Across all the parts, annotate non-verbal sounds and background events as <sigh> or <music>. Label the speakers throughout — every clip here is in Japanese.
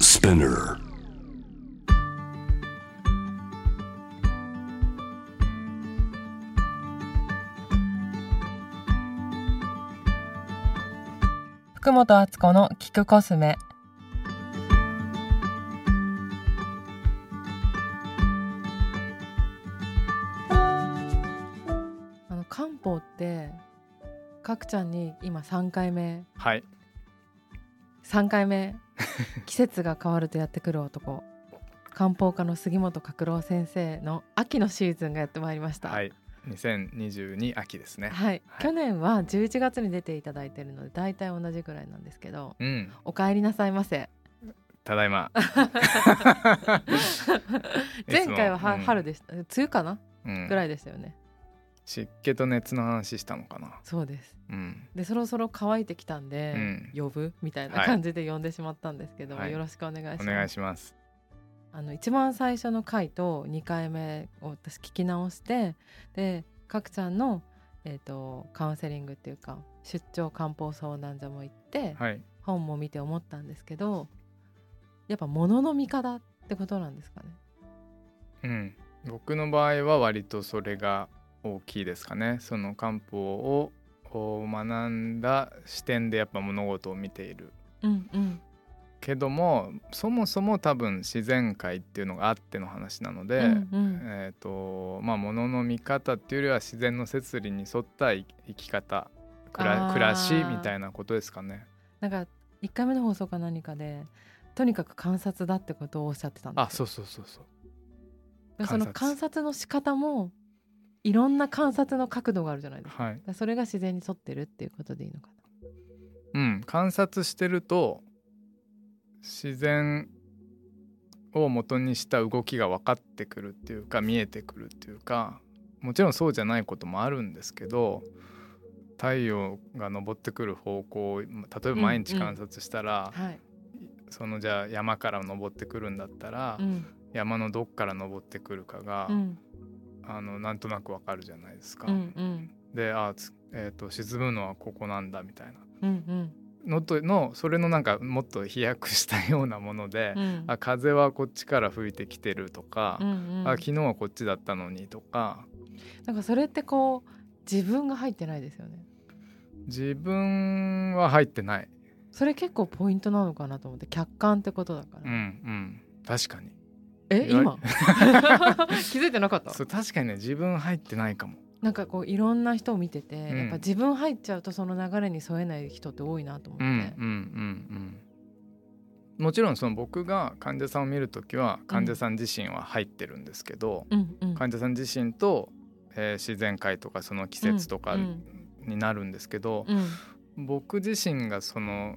Speaker 1: Spinner.
Speaker 2: 福本敦子の聞くコスメあの漢方ってかくちゃんに今三回目
Speaker 3: はい
Speaker 2: 三回 <laughs> 目季節が変わるとやってくる男漢方科の杉本角郎先生の秋のシーズンがやってまいりました
Speaker 3: はい2022秋ですね
Speaker 2: はい
Speaker 3: はい
Speaker 2: 去年は11月に出ていただいてるので大体同じぐらいなんですけど
Speaker 3: うん
Speaker 2: お帰りなさいませ
Speaker 3: ただいま
Speaker 2: <laughs> 前回はは、
Speaker 3: いつもうん
Speaker 2: 春でした梅雨かな
Speaker 3: うん
Speaker 2: ぐらいでしたよね、
Speaker 3: 湿気と熱の話したのかな
Speaker 2: そうです
Speaker 3: うん
Speaker 2: でそろそろ乾いてきたんで、
Speaker 3: うん
Speaker 2: 呼ぶみたいな
Speaker 3: はい
Speaker 2: 感じで呼んでしまったんですけど、
Speaker 3: はい
Speaker 2: よろしくお願いします
Speaker 3: お願いします
Speaker 2: あの一番最初の回と2回目を私聞き直してでかくちゃんの、えー、とカウンセリングっていうか出張漢方相談所も行って、
Speaker 3: はい
Speaker 2: 本も見て思ったんですけどやっぱ物の見方ってことなんですかね。
Speaker 3: うん僕の場合は割とそれが大きいですかねその漢方をこう学んだ視点でやっぱ物事を見ている
Speaker 2: うんうん
Speaker 3: けどもそもそも多分自然界っていうのがあっての話なので、
Speaker 2: うんうん
Speaker 3: えーとまあ、物の見方っていうよりは自然の摂理に沿った生生き方暮
Speaker 2: あ
Speaker 3: ら
Speaker 2: ー
Speaker 3: 暮らしみたいなことですかね。
Speaker 2: なんか1回目の放送か何かでとにかく観察だってことをおっしゃってたんですよ
Speaker 3: あそうそうそうそう
Speaker 2: でもその観
Speaker 3: 観
Speaker 2: 察の仕方もいろんな観察の角度があるじゃないですか
Speaker 3: はい
Speaker 2: だからそれが自然に沿ってるっていうことでいいのか
Speaker 3: うん、観察してると自然を元にした動きが分かってくるっていうか見えてくるっていうかもちろんそうじゃないこともあるんですけど太陽が昇ってくる方向を例えば毎
Speaker 2: う
Speaker 3: 日
Speaker 2: んうん
Speaker 3: 観察したら、
Speaker 2: なはい、
Speaker 3: そのじゃあ山から登ってくるんだったら、
Speaker 2: うん
Speaker 3: 山のどっから登ってくるかが、
Speaker 2: うん
Speaker 3: あのなんとなくわかるじゃないですか。
Speaker 2: うんうん
Speaker 3: であつ、えー、と沈むのはここなんだみたいな
Speaker 2: うん
Speaker 3: のとのそれのなんかもっと飛躍したようなもので、
Speaker 2: うん
Speaker 3: あ風はこっちから吹いてきてるとか
Speaker 2: う、んうん
Speaker 3: あ昨日はこっちだったのにとか
Speaker 2: なんかそれってこう自分が入ってないですよね
Speaker 3: 自分は入ってない。
Speaker 2: それ結構ポイントなのかなと思って客観ってことだか
Speaker 3: う
Speaker 2: ら、
Speaker 3: んうん確かに
Speaker 2: え
Speaker 3: 言
Speaker 2: 今 <laughs>
Speaker 3: わ
Speaker 2: 気づいてなかった
Speaker 3: そう確かにね自分入ってないかも
Speaker 2: なんかこういろんな人を見てて、
Speaker 3: ん
Speaker 2: やっぱ自分入っちゃうとその流れに沿えない人って多いなと思って、
Speaker 3: うんうんうんうん、もちろんその僕が患者さんを見るときは患者さん自身は入ってるんですけど、
Speaker 2: うんうん
Speaker 3: 患者さん自身と、えー自然界とかその季節とか
Speaker 2: うん
Speaker 3: になるんですけど、
Speaker 2: うん
Speaker 3: 僕自身がその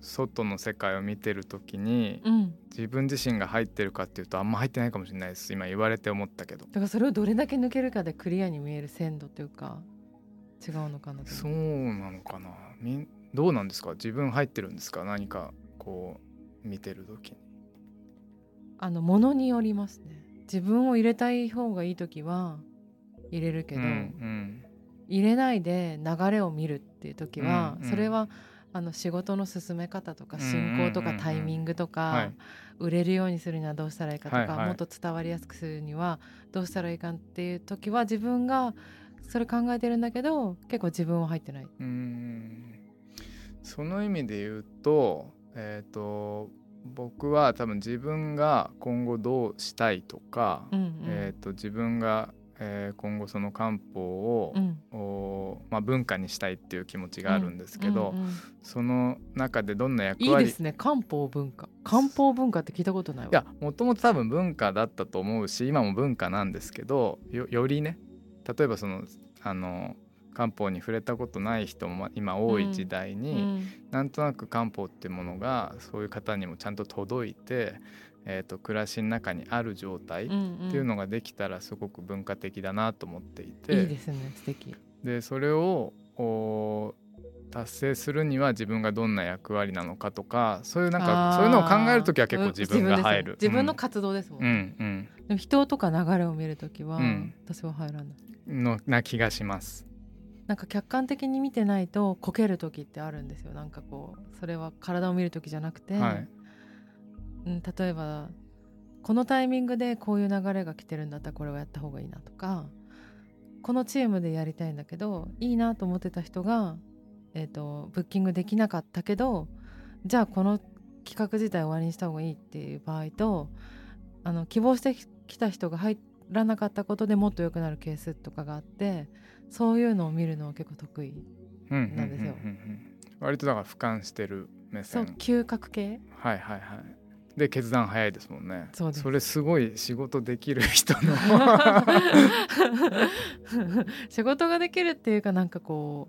Speaker 3: 外の世界を見てる時に
Speaker 2: うん、
Speaker 3: 自分自身が入ってるかっていうとあんま入ってないかもしれないです今言われて思ったけど。
Speaker 2: だからそれをどれだけ抜けるかでクリアに見える鮮度というか違うのかなと
Speaker 3: そう
Speaker 2: 思う
Speaker 3: なのかなみんどうなんですか自分入ってるんですか何かこう見てる時に。
Speaker 2: あのものによりますね自分を入れたい方がいい時は入れるけど、
Speaker 3: うんうん
Speaker 2: 入れないで流れを見るっていう時は、
Speaker 3: うんうん
Speaker 2: それはあの仕事の進め方とか進行と
Speaker 3: うんうんうんう
Speaker 2: か
Speaker 3: ん
Speaker 2: タイミングとか、
Speaker 3: はい
Speaker 2: 売れるようにするにはどうしたらいいかとか、
Speaker 3: はいはい
Speaker 2: もっと伝わりやすくするにはどうしたらいいかっていう時は自分がそれ考えてるんだけど結構自分は入ってない。
Speaker 3: うーんその意味で言うと,、えー、と僕は多分自分が今後どうしたいとか、
Speaker 2: うんうん
Speaker 3: えー、と自分が、えー今後その漢方を、
Speaker 2: うん
Speaker 3: おーまあ、文化にしたいっていう気持ちがあるんですけど、
Speaker 2: うんうんうん
Speaker 3: その中でどんな役
Speaker 2: いい
Speaker 3: 割
Speaker 2: ですね漢方文化漢方文化って聞いたことないわ
Speaker 3: いやもともと多分文化だったと思うし今も文化なんですけどよよりね例えばそのあの漢方に触れたことない人もま今多い時代
Speaker 2: う
Speaker 3: に、
Speaker 2: ん
Speaker 3: なんとなく漢方ってものがそういう方にもちゃんと届いて、えー、と暮らしの中にある状態っ
Speaker 2: うんうん
Speaker 3: ていうのができたらすごく文化的だなと思っていて、
Speaker 2: いいですね素敵
Speaker 3: でそれをこう達成するには自分がどんな役割なのかとかそういうなん
Speaker 2: あ
Speaker 3: か
Speaker 2: ー
Speaker 3: そういうのを考える時は結構
Speaker 2: うん
Speaker 3: 自分が入る。
Speaker 2: 自分ですね自分の
Speaker 3: うん
Speaker 2: 活動ですもん、
Speaker 3: うん
Speaker 2: でも人とか流れを見るときは、
Speaker 3: うん
Speaker 2: 私は入らない
Speaker 3: うんのな気がします。
Speaker 2: なんか客観的に見てないとこける時ってあるんですよなんかこうそれは体を見る時じゃなくて、
Speaker 3: はい
Speaker 2: うん、例えばこのタイミングでこういう流れが来てるんだったらこれはやった方がいいなとかこのチームでやりたいんだけどいいなと思ってた人が、えー、とブッキングできなかったけどじゃあこの企画自体終わりにした方がいいっていう場合とあの希望してきた人が入らなかったことでもっと良くなるケースとかがあってそういうのを見るのは結構得意
Speaker 3: うんうん
Speaker 2: なんですよ
Speaker 3: うんうんうん割とだから俯瞰してる目
Speaker 2: そう
Speaker 3: 線
Speaker 2: 嗅覚
Speaker 3: <laughs>
Speaker 2: 系
Speaker 3: はいはいはいで決断早いですもんね
Speaker 2: そうです
Speaker 3: れすごい仕事できる人
Speaker 2: <laughs>
Speaker 3: の <laughs>
Speaker 2: 仕事ができるっていうかなんかこ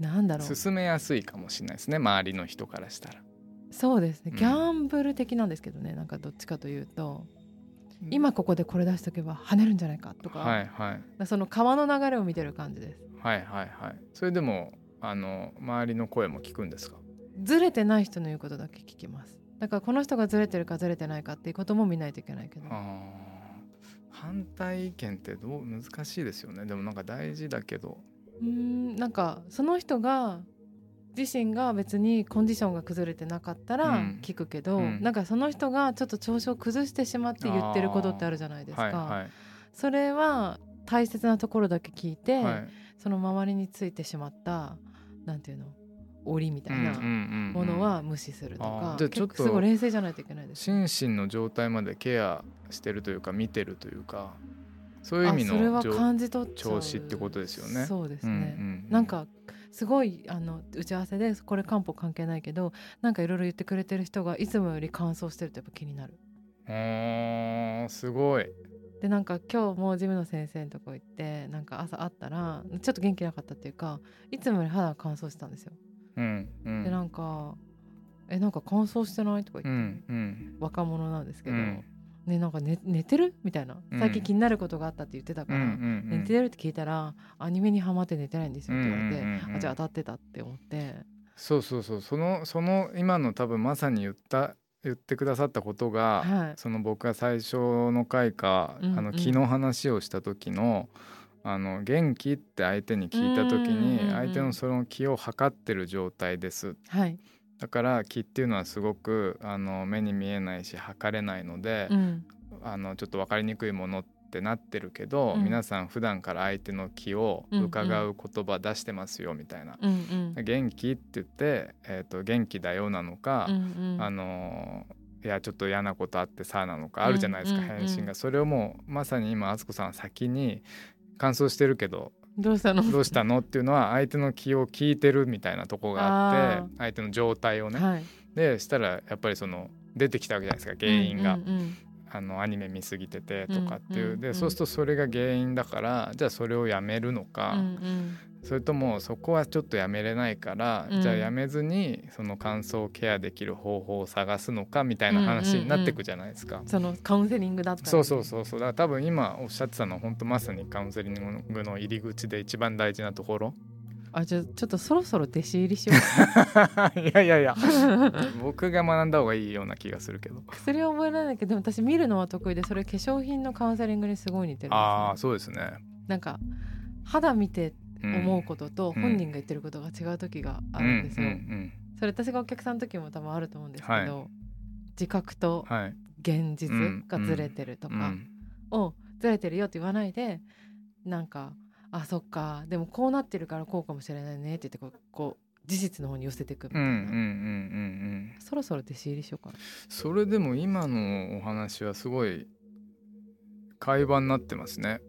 Speaker 2: うなんだろう
Speaker 3: 進めやすいかもしれないですね周りの人からしたら
Speaker 2: そうですね
Speaker 3: うん
Speaker 2: ギャンブル的なんですけどね、なんかどっちかというと今ここでこれ出しとけば跳ねるんじゃないかとか、
Speaker 3: はいはい
Speaker 2: その川の流れを見てる感じです
Speaker 3: はいはいはいそれでもあの周りの声も聞くんですか
Speaker 2: ずれてない人の言うことだけ聞きますだからこの人がずれてるかずれてないかっていうことも見ないといけないけど
Speaker 3: あー反対意見ってどう難しいですよねでもなんか大事だけど
Speaker 2: うーんなんかその人が自身が別にコンディションが崩れてなかった
Speaker 3: う
Speaker 2: ら
Speaker 3: ん
Speaker 2: 聞くけど、
Speaker 3: うん
Speaker 2: なんかその人がちょっと調子を崩してしまって言ってることってあるじゃないですか、
Speaker 3: はいは
Speaker 2: それは大切なところだけ聞いて、
Speaker 3: いはい
Speaker 2: その周りについてしまったなんていうの檻みたいなも
Speaker 3: も
Speaker 2: のは無視するとか、
Speaker 3: あーじゃあちょっと
Speaker 2: 結構すごい冷静じゃないといけないです
Speaker 3: 心身の状態までケアしてるというか見てるというかそういう意
Speaker 2: あ
Speaker 3: 味
Speaker 2: それ
Speaker 3: の
Speaker 2: は
Speaker 3: 状
Speaker 2: 感じ取っちゃう
Speaker 3: 調子ってことですよね
Speaker 2: そうです
Speaker 3: うん
Speaker 2: ね、
Speaker 3: うん
Speaker 2: なんかすごいあの打ち合わせでこれ漢方関係ないけどなんかいろいろ言ってくれてる人がいつもより乾燥してるとやっぱ気になる。
Speaker 3: うーんすごい
Speaker 2: でなんか今日もジムの先生のとこ行ってなんか朝会ったらちょっと元気なかったっていうかいつもより肌が乾燥してたんですよ。
Speaker 3: うんうん
Speaker 2: でなんか「えなんか乾燥してない?」とか
Speaker 3: う
Speaker 2: 言って、
Speaker 3: んうん
Speaker 2: 若者なんですけ
Speaker 3: う
Speaker 2: ど「
Speaker 3: ん
Speaker 2: ねなんか寝寝てる?」みたいな
Speaker 3: うん
Speaker 2: 最近気になることがあったって言ってた
Speaker 3: う
Speaker 2: から「
Speaker 3: んうん
Speaker 2: 寝てる?」って聞いたら「アニメにハマって寝てないんですよ」って言われて「
Speaker 3: うんうんうんうん
Speaker 2: あじゃあ当たってた」って思って。
Speaker 3: そうそうそうそのその今の多分まさに言った言ってくださったことが、
Speaker 2: はい
Speaker 3: その僕が最初の回か、
Speaker 2: うんうん
Speaker 3: あの昨日話をした時の「あの元気?」って相手に聞いた時
Speaker 2: うんうんうんう
Speaker 3: に
Speaker 2: ん
Speaker 3: 相手のその気を測ってる状態です
Speaker 2: はい、
Speaker 3: だから気っていうのはすごくあの目に見えないし測れないので、
Speaker 2: うん
Speaker 3: あのちょっと分かりにくいものってなってるけど、
Speaker 2: うん
Speaker 3: 皆さん普段から相手の気を伺う言葉出してますよみたいな
Speaker 2: うんうん
Speaker 3: 「元気?」って言って、えーと「元気だよ」なのか、
Speaker 2: うんうん
Speaker 3: あのーいやちょっと嫌なことあってさあなのかあるじゃないですか、
Speaker 2: うんうんうん
Speaker 3: 返信がそれをもうまさに今敦子さんは先に乾燥してるけど
Speaker 2: どうしたの
Speaker 3: どうしたのっていうのは相手の気を聞いてるみたいなとこがあっ
Speaker 2: あ
Speaker 3: て相手の状態をね、
Speaker 2: はい、
Speaker 3: でしたらやっぱりその出てきたわけじゃないですか原因が、
Speaker 2: うんうん
Speaker 3: あのアニメ見すぎててとかっていう、
Speaker 2: うんうん
Speaker 3: でそうするとそれが原因だからじゃあそれをやめるのか、
Speaker 2: うんうん
Speaker 3: それともそこはちょっとやめれないから、
Speaker 2: うん
Speaker 3: じゃあやめずにその乾燥をケアできる方法を探すのかみたいな話になってくじゃないですか。
Speaker 2: そのカウンセリングだったり
Speaker 3: そうそうそうそうだから多分今おっしゃってたのは本当まさにカウンセリングの入り口で一番大事なところ
Speaker 2: あじゃあちょっとそろそろ弟子入りしよう
Speaker 3: <laughs> いやいやいや
Speaker 2: <laughs>
Speaker 3: 僕が学んだ方がいいような気がするけど
Speaker 2: 薬は覚えられないけどでも私見るのは得意でそれ化粧品のカウンセリングにすごい似てるんですよ
Speaker 3: ああそうですね、
Speaker 2: なんか肌見て
Speaker 3: うん
Speaker 2: 思うことと
Speaker 3: うん
Speaker 2: 本人が言ってることが違う時があるんですよ、
Speaker 3: うんうん
Speaker 2: それ私がお客さんの時も多分あると思うんですけど、
Speaker 3: はい
Speaker 2: 自覚と
Speaker 3: うんはい
Speaker 2: 現実がずれてると
Speaker 3: う
Speaker 2: か、
Speaker 3: ん
Speaker 2: をずれてるよって言わないでなんか「あそっかでもこうなってるからこうかもしれないね」って言ってこうこう事実の方に寄せていくみ
Speaker 3: う
Speaker 2: た
Speaker 3: んう
Speaker 2: い
Speaker 3: ん
Speaker 2: な、
Speaker 3: うんうんうん
Speaker 2: そろそろ弟子入りしようかな
Speaker 3: それでも今のお話はすごい会話になってますね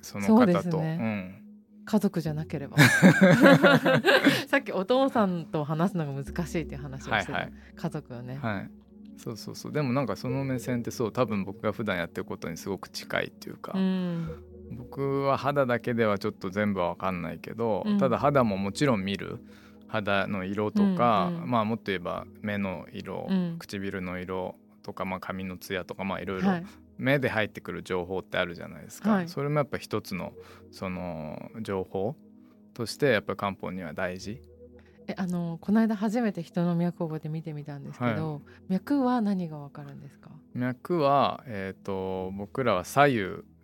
Speaker 3: その
Speaker 2: そう
Speaker 3: 方
Speaker 2: で
Speaker 3: と
Speaker 2: すね家族じゃなけ
Speaker 3: <laughs>
Speaker 2: ればさっきお父さんと話すのが難しいっていう話
Speaker 3: うん、
Speaker 2: を
Speaker 3: は
Speaker 2: し
Speaker 3: い
Speaker 2: てた、
Speaker 3: はい
Speaker 2: 家族をね、
Speaker 3: はいそうそうそうでもなんかその目線ってそう多分僕が普段やってることにすごく近いっていうか、
Speaker 2: うん
Speaker 3: 僕は肌だけではちょっと全部は分かんないけど、
Speaker 2: うん
Speaker 3: ただ肌ももちろん見る肌の色とか、
Speaker 2: うんうん
Speaker 3: まあもっと言えば目の色、
Speaker 2: うん
Speaker 3: 唇の色とか、まあ、髪のツヤとかまあいろいろ
Speaker 2: はい、
Speaker 3: 目で入ってくる情報ってあるじゃないですか、
Speaker 2: はい
Speaker 3: それもやっぱ一つのその情報としてやっぱ漢方には大事
Speaker 2: えあのこの間初めて人の脈を覚えて見てみたんですけど、脈は何がわかるんですか
Speaker 3: 脈は、えー、と僕らは左右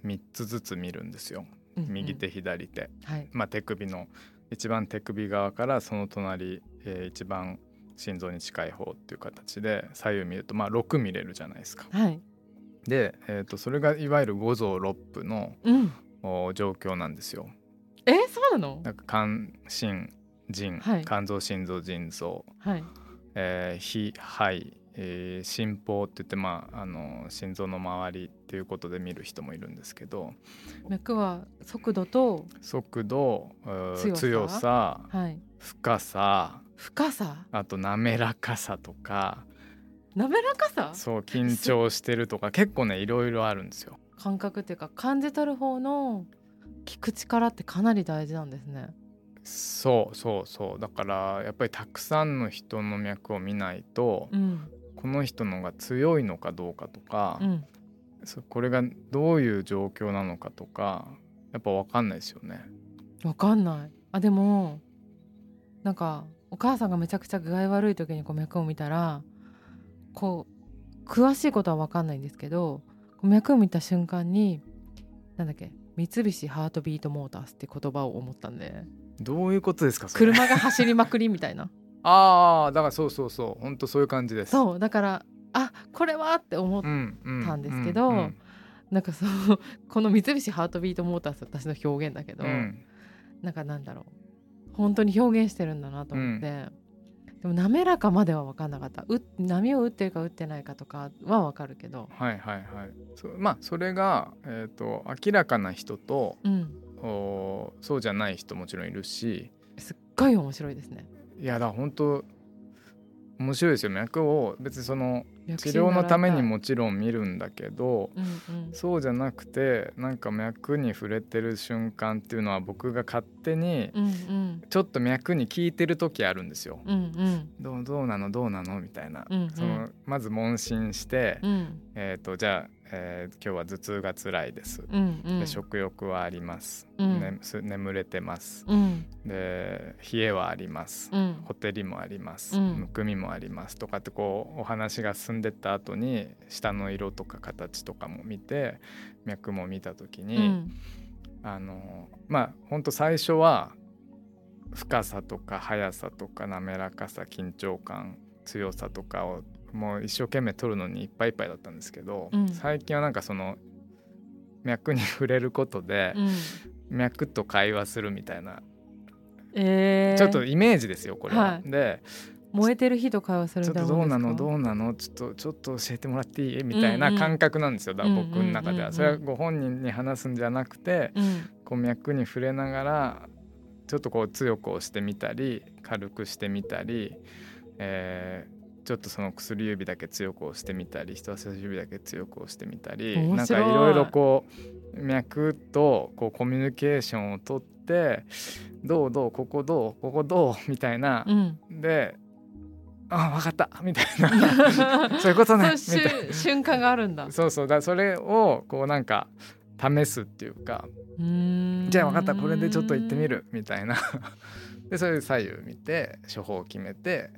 Speaker 3: 3つずつ見るんですよ
Speaker 2: うんうん
Speaker 3: 右手左手、
Speaker 2: はい
Speaker 3: まあ、手首の一番手首側からその隣、えー一番心臓に近い方っていう形で左右見るとまあ6見れるじゃないですか。
Speaker 2: はい、
Speaker 3: で、えー、とそれがいわゆる五臓六腑の
Speaker 2: うん、
Speaker 3: お状況なんですよ。
Speaker 2: えそうなの
Speaker 3: なんか肝心腎、
Speaker 2: はい
Speaker 3: 肝臓心臓腎臓、
Speaker 2: はい
Speaker 3: えー脾肺、えー心房って言って、まあ、あの心臓の周りっていうことで見る人もいるんですけど
Speaker 2: 脈は速度と、
Speaker 3: 速度うー
Speaker 2: 強さ
Speaker 3: 強さ
Speaker 2: はい、
Speaker 3: 深さ
Speaker 2: 深さ
Speaker 3: あと滑らかさとか
Speaker 2: 滑らかさ
Speaker 3: そう緊張してるとか結構ねいろいろあるんですよ。
Speaker 2: 感覚っていうか感じ取る方の聞く力ってかなり大事なんですね。
Speaker 3: そうそうそうだからやっぱりたくさんの人の脈を見ないと、
Speaker 2: うん、
Speaker 3: この人のが強いのかどうかとか、
Speaker 2: うん、
Speaker 3: そうこれがどういう状況なのかとかやっぱ分かんないですよね。
Speaker 2: わかんない。あでもなんかお母さんがめちゃくちゃ具合悪い時にこう脈を見たらこう詳しいことはわかんないんですけどこう脈を見た瞬間になんだっけ三菱ハートビートモータースって言葉を思ったんで
Speaker 3: どういうことですかそれ
Speaker 2: 車が走りまくりみたいな
Speaker 3: ああだからそうそうそう本当そういう感じです。
Speaker 2: そうだからあこれはって思っ
Speaker 3: うんうん
Speaker 2: たんですけど
Speaker 3: うんうん
Speaker 2: なんかそのこの三菱ハートビートモータース私の表現だけど、
Speaker 3: うん
Speaker 2: なんかなんだろう本当に表現してるんだなと思って、でも滑らかまでは分かんなかったう波を打ってるか打ってないかとかは分かるけど、
Speaker 3: はいはいはいそうまあそれが、えー、と明らかな人と
Speaker 2: うん、
Speaker 3: おーそうじゃない人もちろんいるし
Speaker 2: すっごい面白いですね。
Speaker 3: いやだから本当面白いですよ脈を別にその治療のためにもちろん見るんだけど
Speaker 2: うんうん
Speaker 3: そうじゃなくてなんか脈に触れてる瞬間っていうのは僕が勝手に
Speaker 2: うんうん
Speaker 3: ちょっと脈に聞いてる時あるんですよ。
Speaker 2: うんうん
Speaker 3: どうどうなのどうなのみたいな、
Speaker 2: うんうん
Speaker 3: そのまず問診して、
Speaker 2: うん
Speaker 3: えー、とじゃあ、えー今日は頭痛が辛いです、
Speaker 2: うんうん
Speaker 3: で食欲はあります、
Speaker 2: うん
Speaker 3: ねす眠れてます
Speaker 2: うん
Speaker 3: で冷えはあります、
Speaker 2: うん
Speaker 3: ほてりもあります、
Speaker 2: うん
Speaker 3: むくみもありますとかってこうお話が進んでった後に舌の色とか形とかも見て脈も見た時に、
Speaker 2: うん
Speaker 3: あのまあほんと最初は深さとか速さとか滑らかさ緊張感強さとかをもう一生懸命取るのにいっぱいいっぱいだったんですけど、
Speaker 2: うん
Speaker 3: 最近はなんかその脈に触れることで
Speaker 2: うん
Speaker 3: 脈と会話するみたいな、
Speaker 2: えー、
Speaker 3: ちょっとイメージですよこれは。
Speaker 2: はい
Speaker 3: で
Speaker 2: 燃えてる日と会話する
Speaker 3: ちょ
Speaker 2: み
Speaker 3: った
Speaker 2: いな
Speaker 3: とど
Speaker 2: も
Speaker 3: うん
Speaker 2: で
Speaker 3: な
Speaker 2: すか
Speaker 3: のどうなのちょっとちょっと教えてもらっていいみたいな
Speaker 2: うんうん
Speaker 3: 感覚なんですよ、だから僕の
Speaker 2: う
Speaker 3: 中で
Speaker 2: んうんうんうん
Speaker 3: は。それはご本人に話すんじゃなくて、
Speaker 2: うん
Speaker 3: こう脈に触れながらちょっとこう強く押してみたり軽くしてみたり、えーちょっとその薬指だけ強く押してみたり人差し指だけ強く押してみたり
Speaker 2: 面
Speaker 3: なんか
Speaker 2: 白
Speaker 3: い
Speaker 2: い
Speaker 3: ろいろこう脈とこうコミュニケーションをとってどうどうここどうここどうみたい <laughs> な
Speaker 2: う、ん
Speaker 3: であ分かったみたい
Speaker 2: <laughs>
Speaker 3: なそういうことね
Speaker 2: そう
Speaker 3: みたい
Speaker 2: いう瞬間があるんだ
Speaker 3: なそうそうだからそれをこうなんか試すっていうかじ
Speaker 2: じ
Speaker 3: ゃあ分かったこれでちょっと行ってみるみたいなでそれで左右見て処方を決めて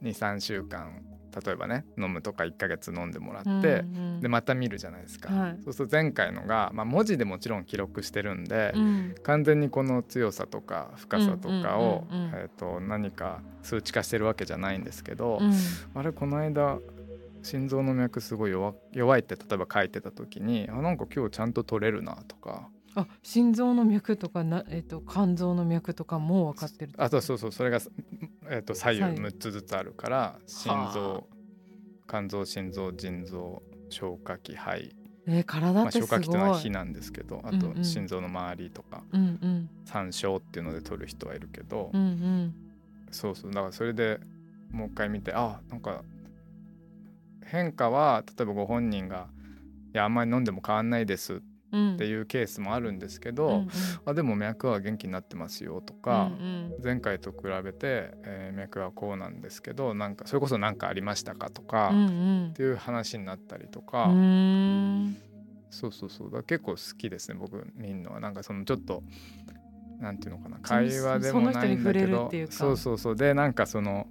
Speaker 3: 23週間例えばね飲むとか1ヶ月飲んでもらって、でまた見るじゃないですか、
Speaker 2: はい
Speaker 3: そうすると前回のが、まあ、文字でもちろん記録してるんで、
Speaker 2: うん
Speaker 3: 完全にこの強さとか深さとかを、
Speaker 2: うんうんうんうん
Speaker 3: えー、と何か数値化してるわけじゃないんですけど、
Speaker 2: うん
Speaker 3: あれこの間心臓の脈すごい弱弱いって例えば書いてた時にあなんか今日ちゃんと取れるなとか。
Speaker 2: あ心臓の脈とかな、えっと肝臓の脈とかも分かってる
Speaker 3: あとそうそうそれが、えっと左右
Speaker 2: 左右
Speaker 3: 6つずつあるから心臓肝臓心臓腎臓消化器肺、
Speaker 2: えー体
Speaker 3: ま
Speaker 2: っ
Speaker 3: あ、
Speaker 2: てすご
Speaker 3: 消化
Speaker 2: い、
Speaker 3: 器っていうのは脾なんですけどあ
Speaker 2: うんう
Speaker 3: と
Speaker 2: ん
Speaker 3: 心臓の周りとか
Speaker 2: うんうん
Speaker 3: 三焦っていうので取る人はいるけど、
Speaker 2: うんうん
Speaker 3: そうそうだからそれでもう一回見てあなんか変化は例えばご本人が「いやあんまり飲んでも変わんないです」っ
Speaker 2: うん
Speaker 3: て
Speaker 2: う
Speaker 3: いうケースもあるんですけど
Speaker 2: ん
Speaker 3: 「
Speaker 2: うん
Speaker 3: あでも脈は元気になってますよ」とか。
Speaker 2: うん
Speaker 3: 前回と比べて、えー脈はこうなんですけどなんかそれこそ何かありましたかとか、
Speaker 2: うんう
Speaker 3: っ
Speaker 2: ん
Speaker 3: ていう話になったりと
Speaker 2: う
Speaker 3: か、
Speaker 2: んうーん
Speaker 3: そうそうそうだから結構好きですね僕見るのはなんかそのちょっとなんていうのかな
Speaker 2: その
Speaker 3: 会話でもな
Speaker 2: その人に
Speaker 3: いんだけ
Speaker 2: 触れるっ
Speaker 3: ど
Speaker 2: ていうか
Speaker 3: そうそうそうでなんかその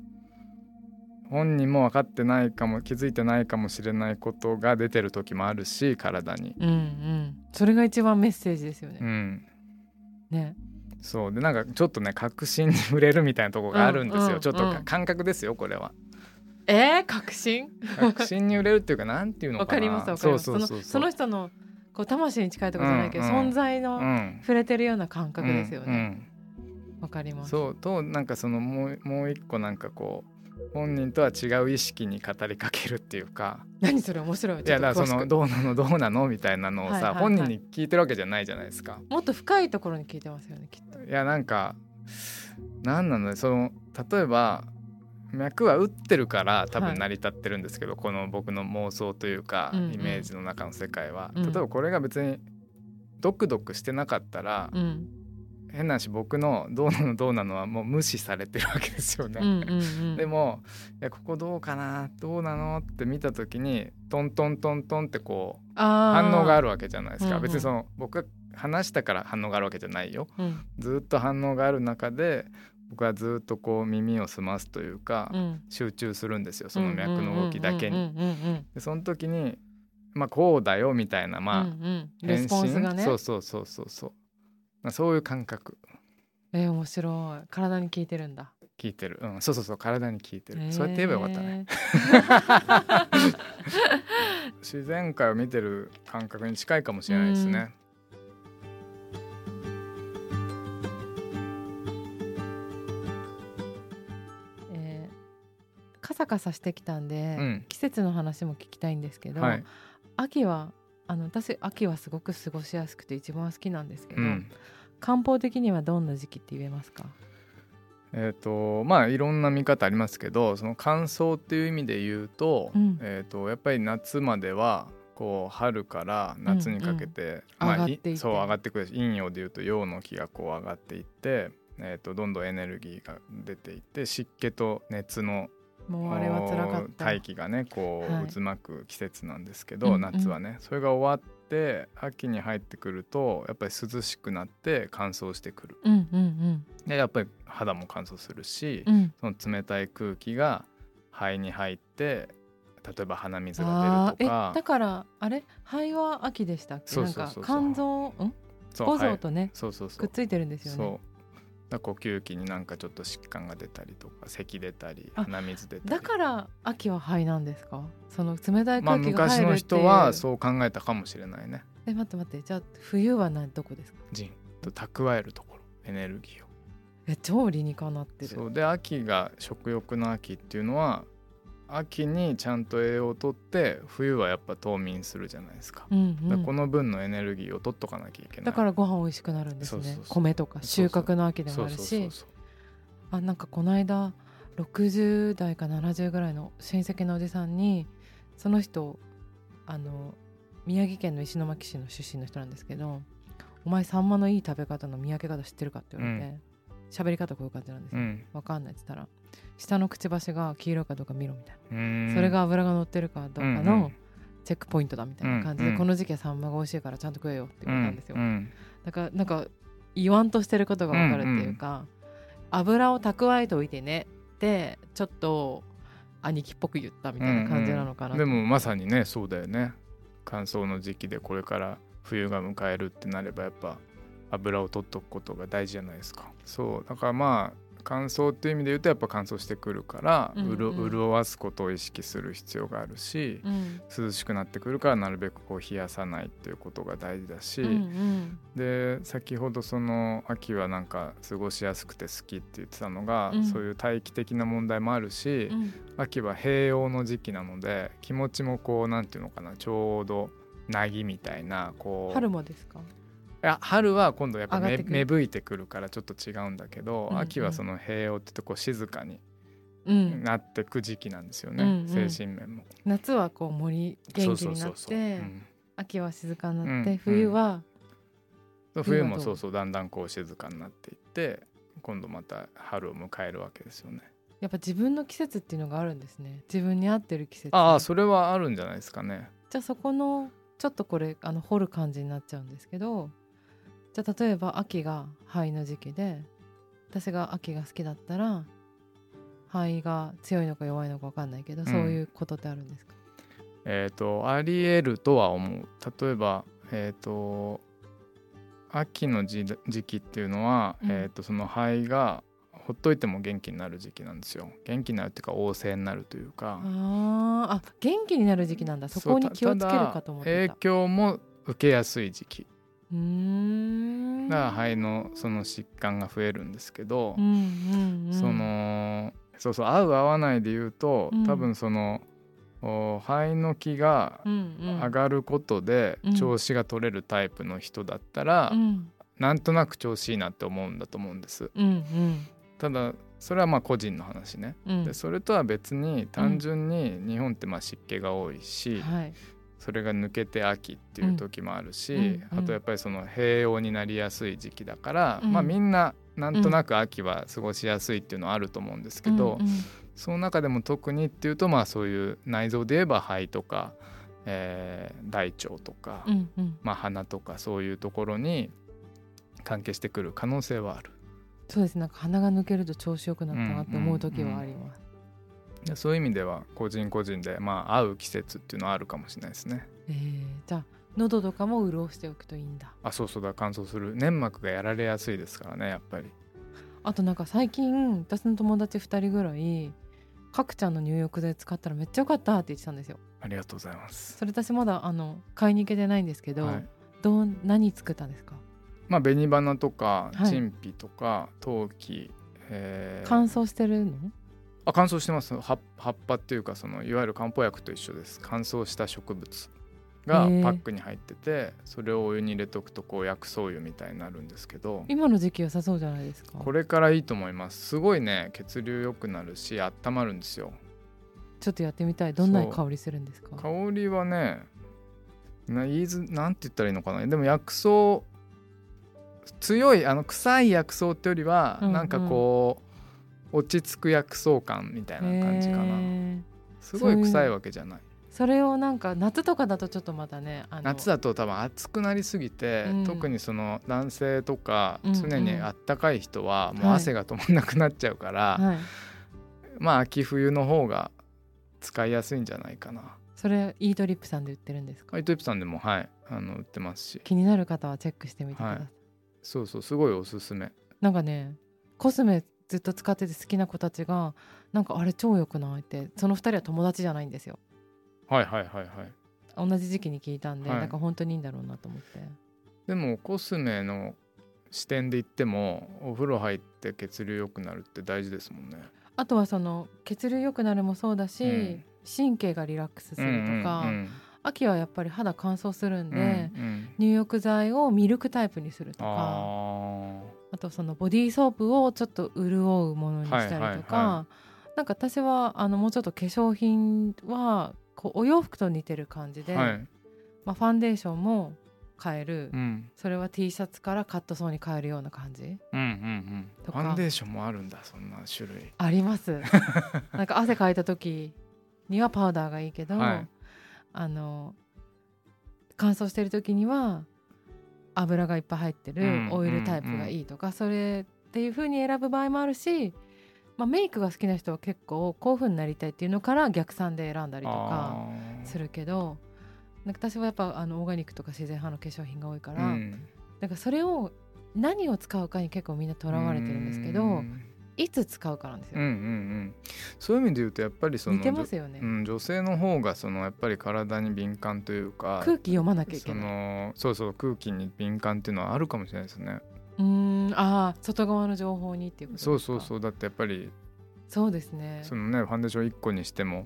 Speaker 3: 本人も分かってないかも気づいてないかもしれないことが出てる時もあるし体に。
Speaker 2: うんうんそれが一番メッセージですよ
Speaker 3: う
Speaker 2: ね、
Speaker 3: ん、
Speaker 2: ね
Speaker 3: そうでなんかちょっとね確信に触れるみたいなところがあるんですよ、
Speaker 2: うんうん
Speaker 3: ちょっとか
Speaker 2: うん
Speaker 3: 感覚ですよこれは
Speaker 2: えー、確信
Speaker 3: 確信に触れるっていうかなんていうの
Speaker 2: わ
Speaker 3: かな
Speaker 2: かりますわかります
Speaker 3: そ
Speaker 2: そう
Speaker 3: そう
Speaker 2: の
Speaker 3: そうそう
Speaker 2: その人のこう魂に近いとかじゃないけど、
Speaker 3: うんうん
Speaker 2: 存在の、
Speaker 3: うん
Speaker 2: 触れてるような感覚ですよね
Speaker 3: う
Speaker 2: わ、
Speaker 3: ん
Speaker 2: かり
Speaker 3: うん
Speaker 2: ます
Speaker 3: そうとなんかそのもうもう一個なんかこう本人とは違う意識に語りかけるっていうか
Speaker 2: 何それ面白い
Speaker 3: いやだから
Speaker 2: ちょ
Speaker 3: そ
Speaker 2: っと詳
Speaker 3: の
Speaker 2: しく
Speaker 3: どうなのどうなのみたいなのをさ、
Speaker 2: はいはいはい
Speaker 3: 本人に聞いてるわけじゃないじゃないですか。
Speaker 2: もっと深いところに聞いてますよねきっと
Speaker 3: いやなんかなんなのその例えば脈は打ってるから多
Speaker 2: は
Speaker 3: 分
Speaker 2: い
Speaker 3: 成り立ってるんですけど、この僕の妄想というか、
Speaker 2: うんうん
Speaker 3: イメージの中の世界は、
Speaker 2: うん
Speaker 3: 例えばこれが別にドクドクしてなかったら、
Speaker 2: うん
Speaker 3: 変な話僕の「どうなのどうなの」はもう無視されてるわけですよね。
Speaker 2: うんうんうん
Speaker 3: でもいやここどうかなどうなのって見た時にトントントントンってこう反
Speaker 2: 反
Speaker 3: 応があ
Speaker 2: る、
Speaker 3: るわけじゃないですか、
Speaker 2: うんうん
Speaker 3: 別にその僕が話したから反応があるわけじゃないよ
Speaker 2: うん
Speaker 3: ずっと反応がある中で僕はずっとこう耳を澄ますというか、
Speaker 2: うん、
Speaker 3: 集中するんですよその脈の動きだ
Speaker 2: う
Speaker 3: けに。
Speaker 2: んうんうんうん
Speaker 3: でその時にまあこうだよみたいなまあ、
Speaker 2: うんうんレ
Speaker 3: 返
Speaker 2: スポンスが
Speaker 3: 信、
Speaker 2: ね
Speaker 3: そうそうそうそうそうまあそういう感覚
Speaker 2: えー面白い体に効いてるんだ、
Speaker 3: 聞いてる、うん、そうそうそう体に聞いてる、
Speaker 2: えー
Speaker 3: そうやって言えばよかったね自然界を見てる感覚に近いかもしれないですね、
Speaker 2: えーカサカサしてきたんで、
Speaker 3: うん
Speaker 2: 季節の話も聞きたいんですけど、
Speaker 3: はい、
Speaker 2: 秋はあの私秋はすごく過ごしやすくて一番好きなんですけど、
Speaker 3: うん、
Speaker 2: 漢方的にはどんな時期って言えますか
Speaker 3: えっ、とまあいろんな見方ありますけどその乾燥っていう意味で言うと,、
Speaker 2: うん
Speaker 3: えー、とやっぱり夏まではこう春から夏にかけて、まあ、
Speaker 2: 上がっていって
Speaker 3: そう上がってくるし陰陽でいうと陽の気がこう上がっていって、えー、とどんどんエネルギーが出ていって湿気と熱の
Speaker 2: もうあれは辛かった
Speaker 3: 大気がねこ
Speaker 2: は
Speaker 3: う
Speaker 2: い
Speaker 3: 渦巻く季節なんですけど、
Speaker 2: うんうん
Speaker 3: 夏はねそれが終わって秋に入ってくるとやっぱり涼しくなって乾燥してくる
Speaker 2: うんうん
Speaker 3: でやっぱり肌も乾燥するし、
Speaker 2: うんうん
Speaker 3: その冷たい空気が肺に入って例えば鼻水が出ると
Speaker 2: あー
Speaker 3: か
Speaker 2: えだからあれ肺は秋でしたっけ
Speaker 3: そうそうそうそう
Speaker 2: なんか肝臓ん
Speaker 3: そう
Speaker 2: 五
Speaker 3: は
Speaker 2: 臓
Speaker 3: い
Speaker 2: とね、
Speaker 3: そうそうそ
Speaker 2: くっ
Speaker 3: う
Speaker 2: ついてるんですよ
Speaker 3: そう
Speaker 2: ね
Speaker 3: だから呼吸器になんかちょっと疾患が出たりとか咳出たり
Speaker 2: あ
Speaker 3: 鼻水出たり
Speaker 2: だから秋は肺なんですかその冷たい
Speaker 3: まあ
Speaker 2: 空気が
Speaker 3: 昔
Speaker 2: 入るってい
Speaker 3: の
Speaker 2: う、
Speaker 3: 人はそう考えたかもしれないね
Speaker 2: え待って待ってじゃあ冬はなどこですか
Speaker 3: 人と蓄えるところエネルギーを
Speaker 2: え超理にかなってる
Speaker 3: そうで秋が食欲の秋っていうのは秋にちゃんと栄養をとって冬はやっぱ冬眠するじゃないですか,、
Speaker 2: うんうん
Speaker 3: だからこの分のエネルギーを取っとかなきゃいけない
Speaker 2: だからご飯美味しくなるんですね
Speaker 3: そうそうそう
Speaker 2: 米とか収穫の秋で
Speaker 3: そ
Speaker 2: も
Speaker 3: う
Speaker 2: ある
Speaker 3: そうそ
Speaker 2: し
Speaker 3: うそう
Speaker 2: あなんかこの間60代か70ぐらいの親戚のおじさんにその人あの宮城県の石巻市の出身の人なんですけど「お前サンマのいい食べ方の見分け方知ってるか?」って言われて喋、り方こういう感じなんです
Speaker 3: う
Speaker 2: よ、
Speaker 3: ん
Speaker 2: わかんないって言ったら下のくちばしが黄色いかどうか見ろみたいうな、
Speaker 3: ん
Speaker 2: それが油が乗ってるかどうか
Speaker 3: うんうん
Speaker 2: のチェックポイントだみたいな感じで、
Speaker 3: うんうん
Speaker 2: この時期はサンマが美味しいからちゃんと食えよって言われたんですよ、
Speaker 3: ううん
Speaker 2: だからなんか言わんとしてることがわかるっていうか、油を蓄えておいてねってちょっと兄貴っぽく言ったみたいな感じなのかなと、
Speaker 3: うんうんでもまさにねそうだよね乾燥の時期でこれから冬が迎えるってなればやっぱ油を取っとくことが大事じゃないですかそうだからまあ乾燥っていう意味で言うとやっぱ乾燥してくるから、うる
Speaker 2: うんうん
Speaker 3: 潤わすことを意識する必要があるし
Speaker 2: うん、
Speaker 3: 涼しくなってくるからなるべくこう冷やさないっていうことが大事だし、
Speaker 2: うんうん
Speaker 3: で先ほどその秋はなんか過ごしやすくて好きって言ってたのが、
Speaker 2: うん
Speaker 3: そういう大気的な問題もあるし、
Speaker 2: うん
Speaker 3: 秋は平穏の時期なので気持ちもこうなんていうのかなちょうどなぎみたいなこう
Speaker 2: 春もですか
Speaker 3: いや春は今度やっぱ
Speaker 2: 上が
Speaker 3: め
Speaker 2: ってくる
Speaker 3: 芽吹いてくるからちょっと違うんだけど、
Speaker 2: うんうん
Speaker 3: 秋はその平穏ってとこう静かに
Speaker 2: うん、
Speaker 3: なってく時期なんですよね、
Speaker 2: うんうん
Speaker 3: 精神面も。
Speaker 2: 夏はこう森元気になっ
Speaker 3: そうそうそうそうう
Speaker 2: て
Speaker 3: ん
Speaker 2: 秋は静かになって、
Speaker 3: うん
Speaker 2: 冬は
Speaker 3: 冬
Speaker 2: 冬は
Speaker 3: も
Speaker 2: どう
Speaker 3: そうそうだんだんこう静かになっていって今度また春を迎えるわけですよね。
Speaker 2: やっぱ自分の季節っていうのがあるんですね自分に合ってる季節
Speaker 3: ああそれはあるんじゃないですかね。
Speaker 2: じゃあそこのちょっとこれあの掘る感じになっちゃうんですけどじゃあ例えば秋が灰の時期で私が秋が好きだったら灰が強いのか弱いのか分かんないけど、
Speaker 3: ん
Speaker 2: そういうことってあるんですか
Speaker 3: えー、とありえるとは思う例えばえっ、と秋の時時期っていうのは、
Speaker 2: うん
Speaker 3: えー、とその肺がほっといても元気になる時期なんですよ元気になるっていうか旺盛になるというか、
Speaker 2: あーあ元気になる時期なんだそこに気をつけるかと思って
Speaker 3: そう
Speaker 2: た
Speaker 3: たただ影響も受けやすい時期
Speaker 2: うーん
Speaker 3: だから肺のその疾患が増えるんですけど、
Speaker 2: うんうんうん、
Speaker 3: そのそうそう合う合わないで言うと、
Speaker 2: うん
Speaker 3: 多分そのお肺の気が
Speaker 2: うんうん、
Speaker 3: 上がることで
Speaker 2: うん
Speaker 3: 調子が取れるタイプの人だったら、
Speaker 2: うん
Speaker 3: なんとなく調子いいなって思うんだと思うんです
Speaker 2: うんうん
Speaker 3: ただそれはまあ個人の話ね、
Speaker 2: うん
Speaker 3: でそれとは別に単純に日本ってまあ湿気が多いし、
Speaker 2: はい
Speaker 3: それが抜けて秋っていう時もあるし、
Speaker 2: うんうん
Speaker 3: あとやっぱりその平穏になりやすい時期だから、
Speaker 2: うん
Speaker 3: まあみんななんとなく秋は過ごしやすいっていうのはあると思うんですけど、
Speaker 2: うんうん
Speaker 3: その中でも特にっていうとまあそういう内臓で言えば肺とか、えー大腸とか、
Speaker 2: うんうん、
Speaker 3: まあ、鼻とかそういうところに関係してくる可能性はある
Speaker 2: そうですなんか鼻が抜けると調子よくなったなって思う時はあります、
Speaker 3: でそういう意味では個人個人でまあ合う季節っていうのはあるかもしれないですね
Speaker 2: えーじゃあ喉とかも潤しておくといいんだ
Speaker 3: あそうそうだ乾燥する粘膜がやられやすいですからねやっぱり
Speaker 2: あとなんか最近私の友達2人ぐらいかくちゃんの入浴剤使ったらめっちゃ良かったって言ってたんですよ
Speaker 3: ありがとうございます
Speaker 2: それ私まだあの買いに行けてないんですけど、
Speaker 3: はい
Speaker 2: どう何作ったんですか
Speaker 3: まあ紅花とか
Speaker 2: はい
Speaker 3: 陳皮とか陶器、えー
Speaker 2: 乾燥してるの
Speaker 3: あ乾燥してます葉っ葉っぱっていうかそのいわゆる漢方薬と一緒です乾燥した植物が
Speaker 2: へー
Speaker 3: パックに入っててそれをお湯に入れとくとこう薬草湯みたいになるんですけど
Speaker 2: 今の時期良さそうじゃないですか
Speaker 3: これからいいと思いますすごいね血流良くなるし温まるんですよ
Speaker 2: ちょっとやってみたいどんな香りするんですか
Speaker 3: 香りはねな言いづなんて言ったらいいのかなでも薬草強いあの臭い薬草ってよりは、
Speaker 2: うんうん
Speaker 3: なんかこう落ち着く薬草感みたいな感じ
Speaker 2: へ
Speaker 3: かな
Speaker 2: ー
Speaker 3: すごい臭いわけじゃない
Speaker 2: それをなんか夏とかだとちょっとまだねあの
Speaker 3: 夏だと多分暑くなりすぎて、
Speaker 2: うん
Speaker 3: 特にその男性とか
Speaker 2: うんうん
Speaker 3: 常にあったかい人はもう
Speaker 2: はい
Speaker 3: 汗が止まんなくなっちゃうから、
Speaker 2: はい、
Speaker 3: まあ秋冬の方が使いやすいんじゃないかな。
Speaker 2: それイートリップさんで売ってるんですか
Speaker 3: イトイプさんでもはいあの売ってますし
Speaker 2: 気になる方はチェックしてみてください、
Speaker 3: はそうそうすごいおすすめ
Speaker 2: なんかねコスメずっと使ってて好きな子たちがなんかあれ超良くないってその2人は友達じゃないんですよ
Speaker 3: はいはいはいはい
Speaker 2: 同じ時期に聞いたんで、
Speaker 3: はい
Speaker 2: なんか本当にいいんだろうなと思って
Speaker 3: でもコスメの視点で言ってもお風呂入って血流良くなるって大事ですもんね
Speaker 2: あとはその血流良くなるもそうだし、
Speaker 3: うん
Speaker 2: 神経がリラックスするとか、
Speaker 3: うんうん
Speaker 2: 秋はやっぱり肌乾燥するん
Speaker 3: うん
Speaker 2: で、
Speaker 3: うんうん
Speaker 2: 入浴剤をミルクタイプにするとか
Speaker 3: あー
Speaker 2: あとそのボディーソープをちょっと潤うものにしたりとか、
Speaker 3: はいはいは
Speaker 2: なんか私はあのもうちょっと化粧品はこうお洋服と似てる感じで、
Speaker 3: はい、
Speaker 2: まあ、ファンデーションも変える、
Speaker 3: うん、
Speaker 2: それは T シャツからカットソーに変えるような感じ
Speaker 3: うんうんうん
Speaker 2: と
Speaker 3: フ
Speaker 2: か
Speaker 3: ァンデーションもあるんだそんな種類
Speaker 2: あります
Speaker 3: <laughs>
Speaker 2: なんか汗かいた時にはパウダーがいいけど、
Speaker 3: はい
Speaker 2: あの乾燥してる時には油がいっぱい入って
Speaker 3: う
Speaker 2: る
Speaker 3: ん
Speaker 2: オイルタイプがいいとか、それっていう風に選ぶ場合もあるし、まあ、メイクが好きな人は結構こういう風になりたいっていうのから逆算で選んだりとか
Speaker 3: あー
Speaker 2: するけどなんか私はやっぱあのオーガニックとか自然派の化粧品が多いから、
Speaker 3: うん
Speaker 2: なんかそれを何を使うかに結構みんなとらわれてるんですけ
Speaker 3: う
Speaker 2: ど
Speaker 3: ん
Speaker 2: いつ使うかなんです
Speaker 3: うんう
Speaker 2: よ。
Speaker 3: んうんそういう意味で言うとやっぱりその
Speaker 2: 似てますよね、
Speaker 3: うん、女性の方がそのやっぱり体に敏感というか
Speaker 2: 空気読まなきゃいけ
Speaker 3: そ
Speaker 2: ない
Speaker 3: のそうそう空気に敏感っていうのはあるかもしれないですね
Speaker 2: うーんああ外側の情報にっていうことですか
Speaker 3: そうそうそうだってやっぱり
Speaker 2: そうですね
Speaker 3: そのねファンデーション1個にしても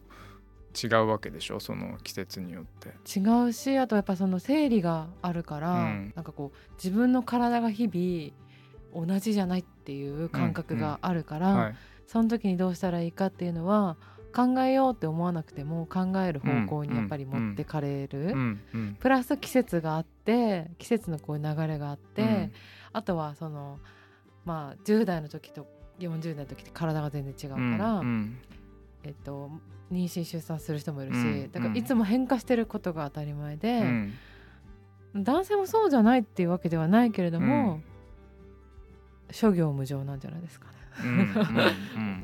Speaker 3: 違うわけでしょその季節によって
Speaker 2: 違うしあとやっぱその生理があるから、
Speaker 3: うん
Speaker 2: なんかこう自分の体が日々同じじゃないっていう感覚があるから、
Speaker 3: はい
Speaker 2: その時にどうしたらいいかっていうのは考えようって思わなくても考える方向にやっぱり持ってかれる、
Speaker 3: うんうん
Speaker 2: プラス季節があって季節のこう流れがあって、
Speaker 3: うん
Speaker 2: あとはそのまあ10代の時と40代の時って体が全然違うから、
Speaker 3: うんうん
Speaker 2: えっと、妊娠出産する人もいるし、
Speaker 3: うん
Speaker 2: だか
Speaker 3: う
Speaker 2: ら
Speaker 3: ん
Speaker 2: いつも変化してることが当たり前で
Speaker 3: う、ん
Speaker 2: 男性もそうじゃないっていうわけではないけれども、
Speaker 3: うん
Speaker 2: 諸行無常なんじゃないですかね、
Speaker 3: うんうんう ん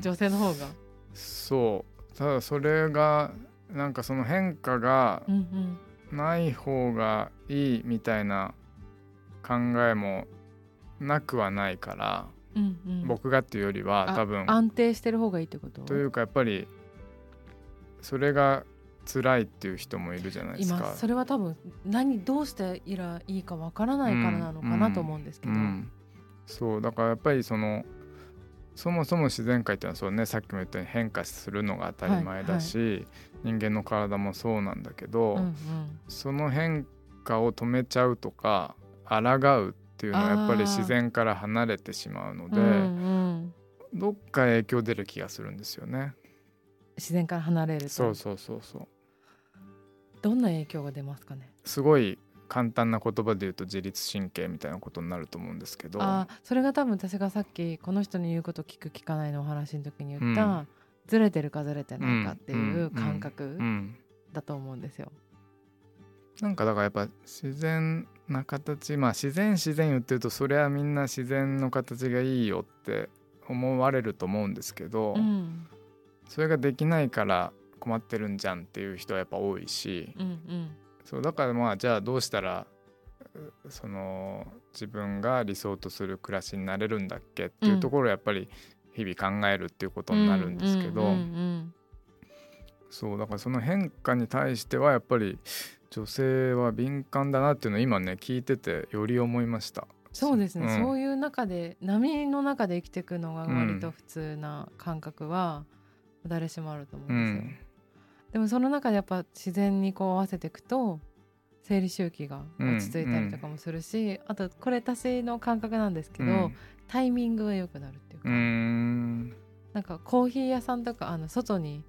Speaker 2: <laughs> 女性の方が。
Speaker 3: そうただそれがなんかその変化が
Speaker 2: うんうん
Speaker 3: ない方がいいみたいな考えもなくはないから、
Speaker 2: うんうん、
Speaker 3: 僕がっていうよりは
Speaker 2: あ
Speaker 3: 多分
Speaker 2: 安定してる方がいいってこと
Speaker 3: というかやっぱりそれが辛いっていう人もいるじゃないです
Speaker 2: 今
Speaker 3: か。
Speaker 2: それは多分何どうしていらいいかわからないからなのかなと思うんですけ
Speaker 3: う
Speaker 2: ど、
Speaker 3: ん、そうだからやっぱりそのそもそも自然界っていうのはそうねさっきも言ったように変化するのが当たり前だし、人間の体もそうなんだけど、
Speaker 2: うんうん
Speaker 3: その変化を止めちゃうとか抗うっていうのはやっぱり自然から離れてしまうので、
Speaker 2: うんうん
Speaker 3: どっか影響出る気がするんですよね。
Speaker 2: 自然から離れると
Speaker 3: そうそうそうそう
Speaker 2: どんな影響が出ますかね
Speaker 3: すごい簡単な言葉で言うと自律神経みたいなことになると思うんですけど
Speaker 2: あーそれが多分私がさっきこの人の言うこと聞く聞かないのお話の時に言った、
Speaker 3: うん
Speaker 2: ずれてるかずれてないかって
Speaker 3: ん
Speaker 2: いううん感覚
Speaker 3: うん、
Speaker 2: だと思うんですよ。
Speaker 3: なんかだからやっぱ自然な形まあ自然自然言ってるとそれはみんな自然の形がいいよって思われると思うんですけど、
Speaker 2: うん
Speaker 3: それができないから困ってるんじゃんっていう人はやっぱ多いし
Speaker 2: うんうん
Speaker 3: そうだからまあじゃあどうしたらうその自分が理想とする暮らしになれるんだっけっていうところをやっぱり日々考えるっていうことになるんですけど、
Speaker 2: うんうん
Speaker 3: そうだからその変化に対してはやっぱり女性は敏感だなっていうのを今ね聞いててより思いました
Speaker 2: そうですね、
Speaker 3: ん
Speaker 2: そういう中で波の中で生きていくのが割と普通な感覚は誰しもあると思う
Speaker 3: うん
Speaker 2: ですよ。
Speaker 3: ん
Speaker 2: でもその中でやっぱ自然にこう合わせていくと生理周期が落ち着いたりとかもするし、あとこれ私の感覚なんですけ
Speaker 3: う
Speaker 2: ど、
Speaker 3: ん
Speaker 2: タイミングが良くなるっていう
Speaker 3: う
Speaker 2: か、
Speaker 3: ーん
Speaker 2: なんかコーヒー屋さんとかあの外に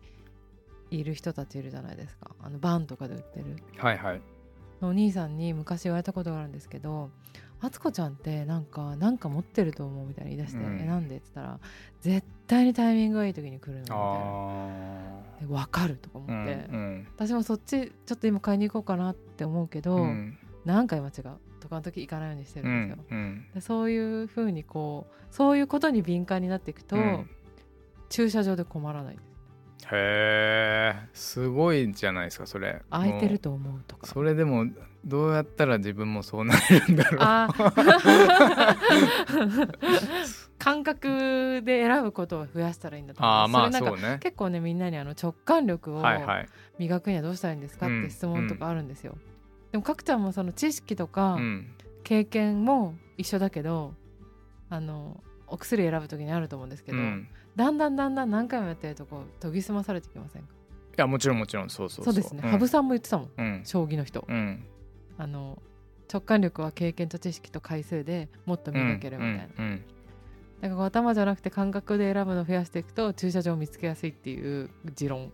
Speaker 2: いる人たちいるじゃないですかあのバンとかで売ってる
Speaker 3: はいはい
Speaker 2: のお兄さんに昔言われたことがあるんですけど「あつこちゃんってなんかなんか持ってると思う」みたいに言い出して「
Speaker 3: うん
Speaker 2: えなんで?」って言ったら「絶対にタイミングがいい時に来るの」みたいな
Speaker 3: あ
Speaker 2: で「分かる」とか思
Speaker 3: ー
Speaker 2: って、
Speaker 3: うん
Speaker 2: 私もそっちちょっと今買いに行こうかなって思うけど、
Speaker 3: うんうん
Speaker 2: なんか今違うとかの時行かないようにして
Speaker 3: う
Speaker 2: るんですよ
Speaker 3: ん。うん
Speaker 2: でそういうふうにこうそういうことに敏感になっていくと、
Speaker 3: うん
Speaker 2: 駐車場で困らないです
Speaker 3: へえすごいじゃないですかそれ
Speaker 2: 空いて
Speaker 3: も
Speaker 2: る
Speaker 3: う
Speaker 2: と思うとか
Speaker 3: それでもどうやったら自分もそうなれるんだろう
Speaker 2: あー <laughs> 感覚で選ぶことを増やしたらいいんだと思
Speaker 3: <laughs> あーまあ
Speaker 2: それなん
Speaker 3: そ
Speaker 2: か
Speaker 3: うね
Speaker 2: 結構ねみんなにあの直感力を
Speaker 3: はいはい
Speaker 2: 磨くにはどうしたらいいんですかっ
Speaker 3: う
Speaker 2: て
Speaker 3: ん
Speaker 2: 質問とかあるんですよ、でもかくちゃんもその知識とか
Speaker 3: うん
Speaker 2: 経験も一緒だけど、あのお薬選ぶ時にあると思うんですけ
Speaker 3: う
Speaker 2: ど、
Speaker 3: ん
Speaker 2: だんだんだんだん何回もやってるとこう研ぎ澄まされてきませんか
Speaker 3: いやもちろんもちろんそうそ
Speaker 2: そううですね
Speaker 3: ん
Speaker 2: 羽生さんも言ってたもん
Speaker 3: うん
Speaker 2: 将棋の人、
Speaker 3: うん
Speaker 2: あの直感力は経験と知識と回数でもっと磨けるみたいな、
Speaker 3: うんうん
Speaker 2: なんかこう頭じゃなくて感覚で選ぶのを増やしていくと駐車場を見つけやすいっていう持論。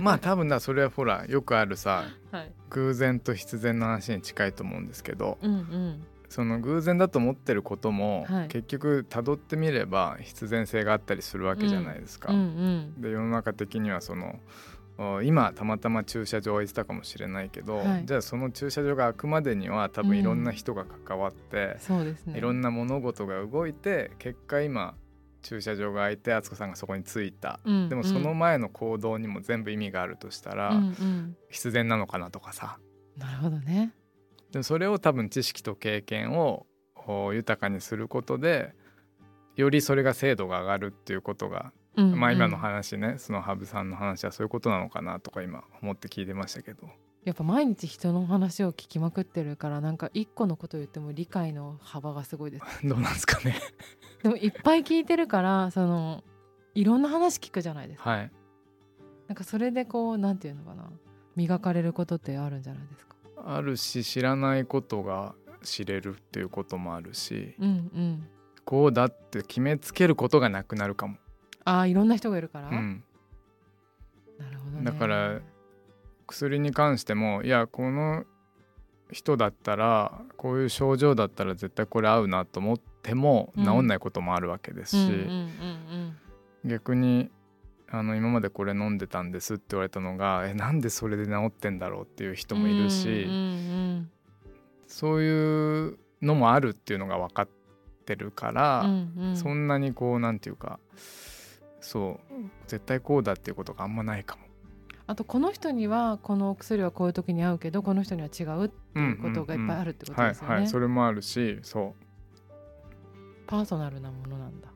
Speaker 3: まあ多分だそれはほらよくあるさ
Speaker 2: はい。
Speaker 3: 偶然と必然の話に近いと思うんですけど
Speaker 2: うんうん。
Speaker 3: その偶然だと思ってることも、
Speaker 2: はい
Speaker 3: 結局たどってみれば必然性があったりするわけじゃないですか。
Speaker 2: うんうん。
Speaker 3: で世の中的にはそのお今たまたま駐車場を空いてたかもしれないけど、
Speaker 2: はい
Speaker 3: じゃあその駐車場が空くまでには多
Speaker 2: うん
Speaker 3: 分いろんな人が関わって、
Speaker 2: そうですね。
Speaker 3: いろんな物事が動いて結果今駐車場が空いて敦子さんがそこに着いた。
Speaker 2: うんうん
Speaker 3: でもその前の行動にも全部意味があるとしたら、
Speaker 2: うんうん。
Speaker 3: 必然なのかなとかさ
Speaker 2: なるほどね。
Speaker 3: でもそれを多分知識と経験をこう豊かにすることでよりそれが精度が上がるっていうことが、
Speaker 2: うんうん
Speaker 3: まあ今の話ねその羽生さんの話はそういうことなのかなとか今思って聞いてましたけど <laughs>
Speaker 2: やっぱ毎日人の話を聞きまくってるからなんか一個のことを言っても理解の幅がすごいです。
Speaker 3: どうなんですかね
Speaker 2: でもいっぱい聞いてるからそのいろんな話聞くじゃないですか。
Speaker 3: はい
Speaker 2: なんかそれでこうなんていうのかな磨かれることってあるんじゃないですか。
Speaker 3: あるし知らないことが知れるっていうこともあるし
Speaker 2: うんうん。
Speaker 3: こうだって決めつけることがなくなるかも、
Speaker 2: ああいろんな人がいるから。
Speaker 3: うん、
Speaker 2: なるほどね。
Speaker 3: だから薬に関してもいやこの人だったらこういう症状だったら絶対これ合うなと思っても
Speaker 2: うん
Speaker 3: 治んないこともあるわけです
Speaker 2: うん
Speaker 3: し、
Speaker 2: うんうん
Speaker 3: 逆にあの今までこれ飲んでたんですって言われたのがえなんでそれで治ってんだろうっていう
Speaker 2: う
Speaker 3: 人
Speaker 2: ん、
Speaker 3: もいるし、
Speaker 2: うんうん
Speaker 3: そういうのもあるっていうのが分かってるか
Speaker 2: う
Speaker 3: ら、
Speaker 2: んうんうん
Speaker 3: そんなにこうなんていうかそう絶対こうだっていうことがあんまないかも。
Speaker 2: ああとこの人にはこのお薬はこういう時に合うけどこの人には違うって
Speaker 3: うん
Speaker 2: いうことがいっぱいあるってこと
Speaker 3: は
Speaker 2: で
Speaker 3: い
Speaker 2: すよね、
Speaker 3: はいそれもあるしそ
Speaker 2: パーソナルなものなんだ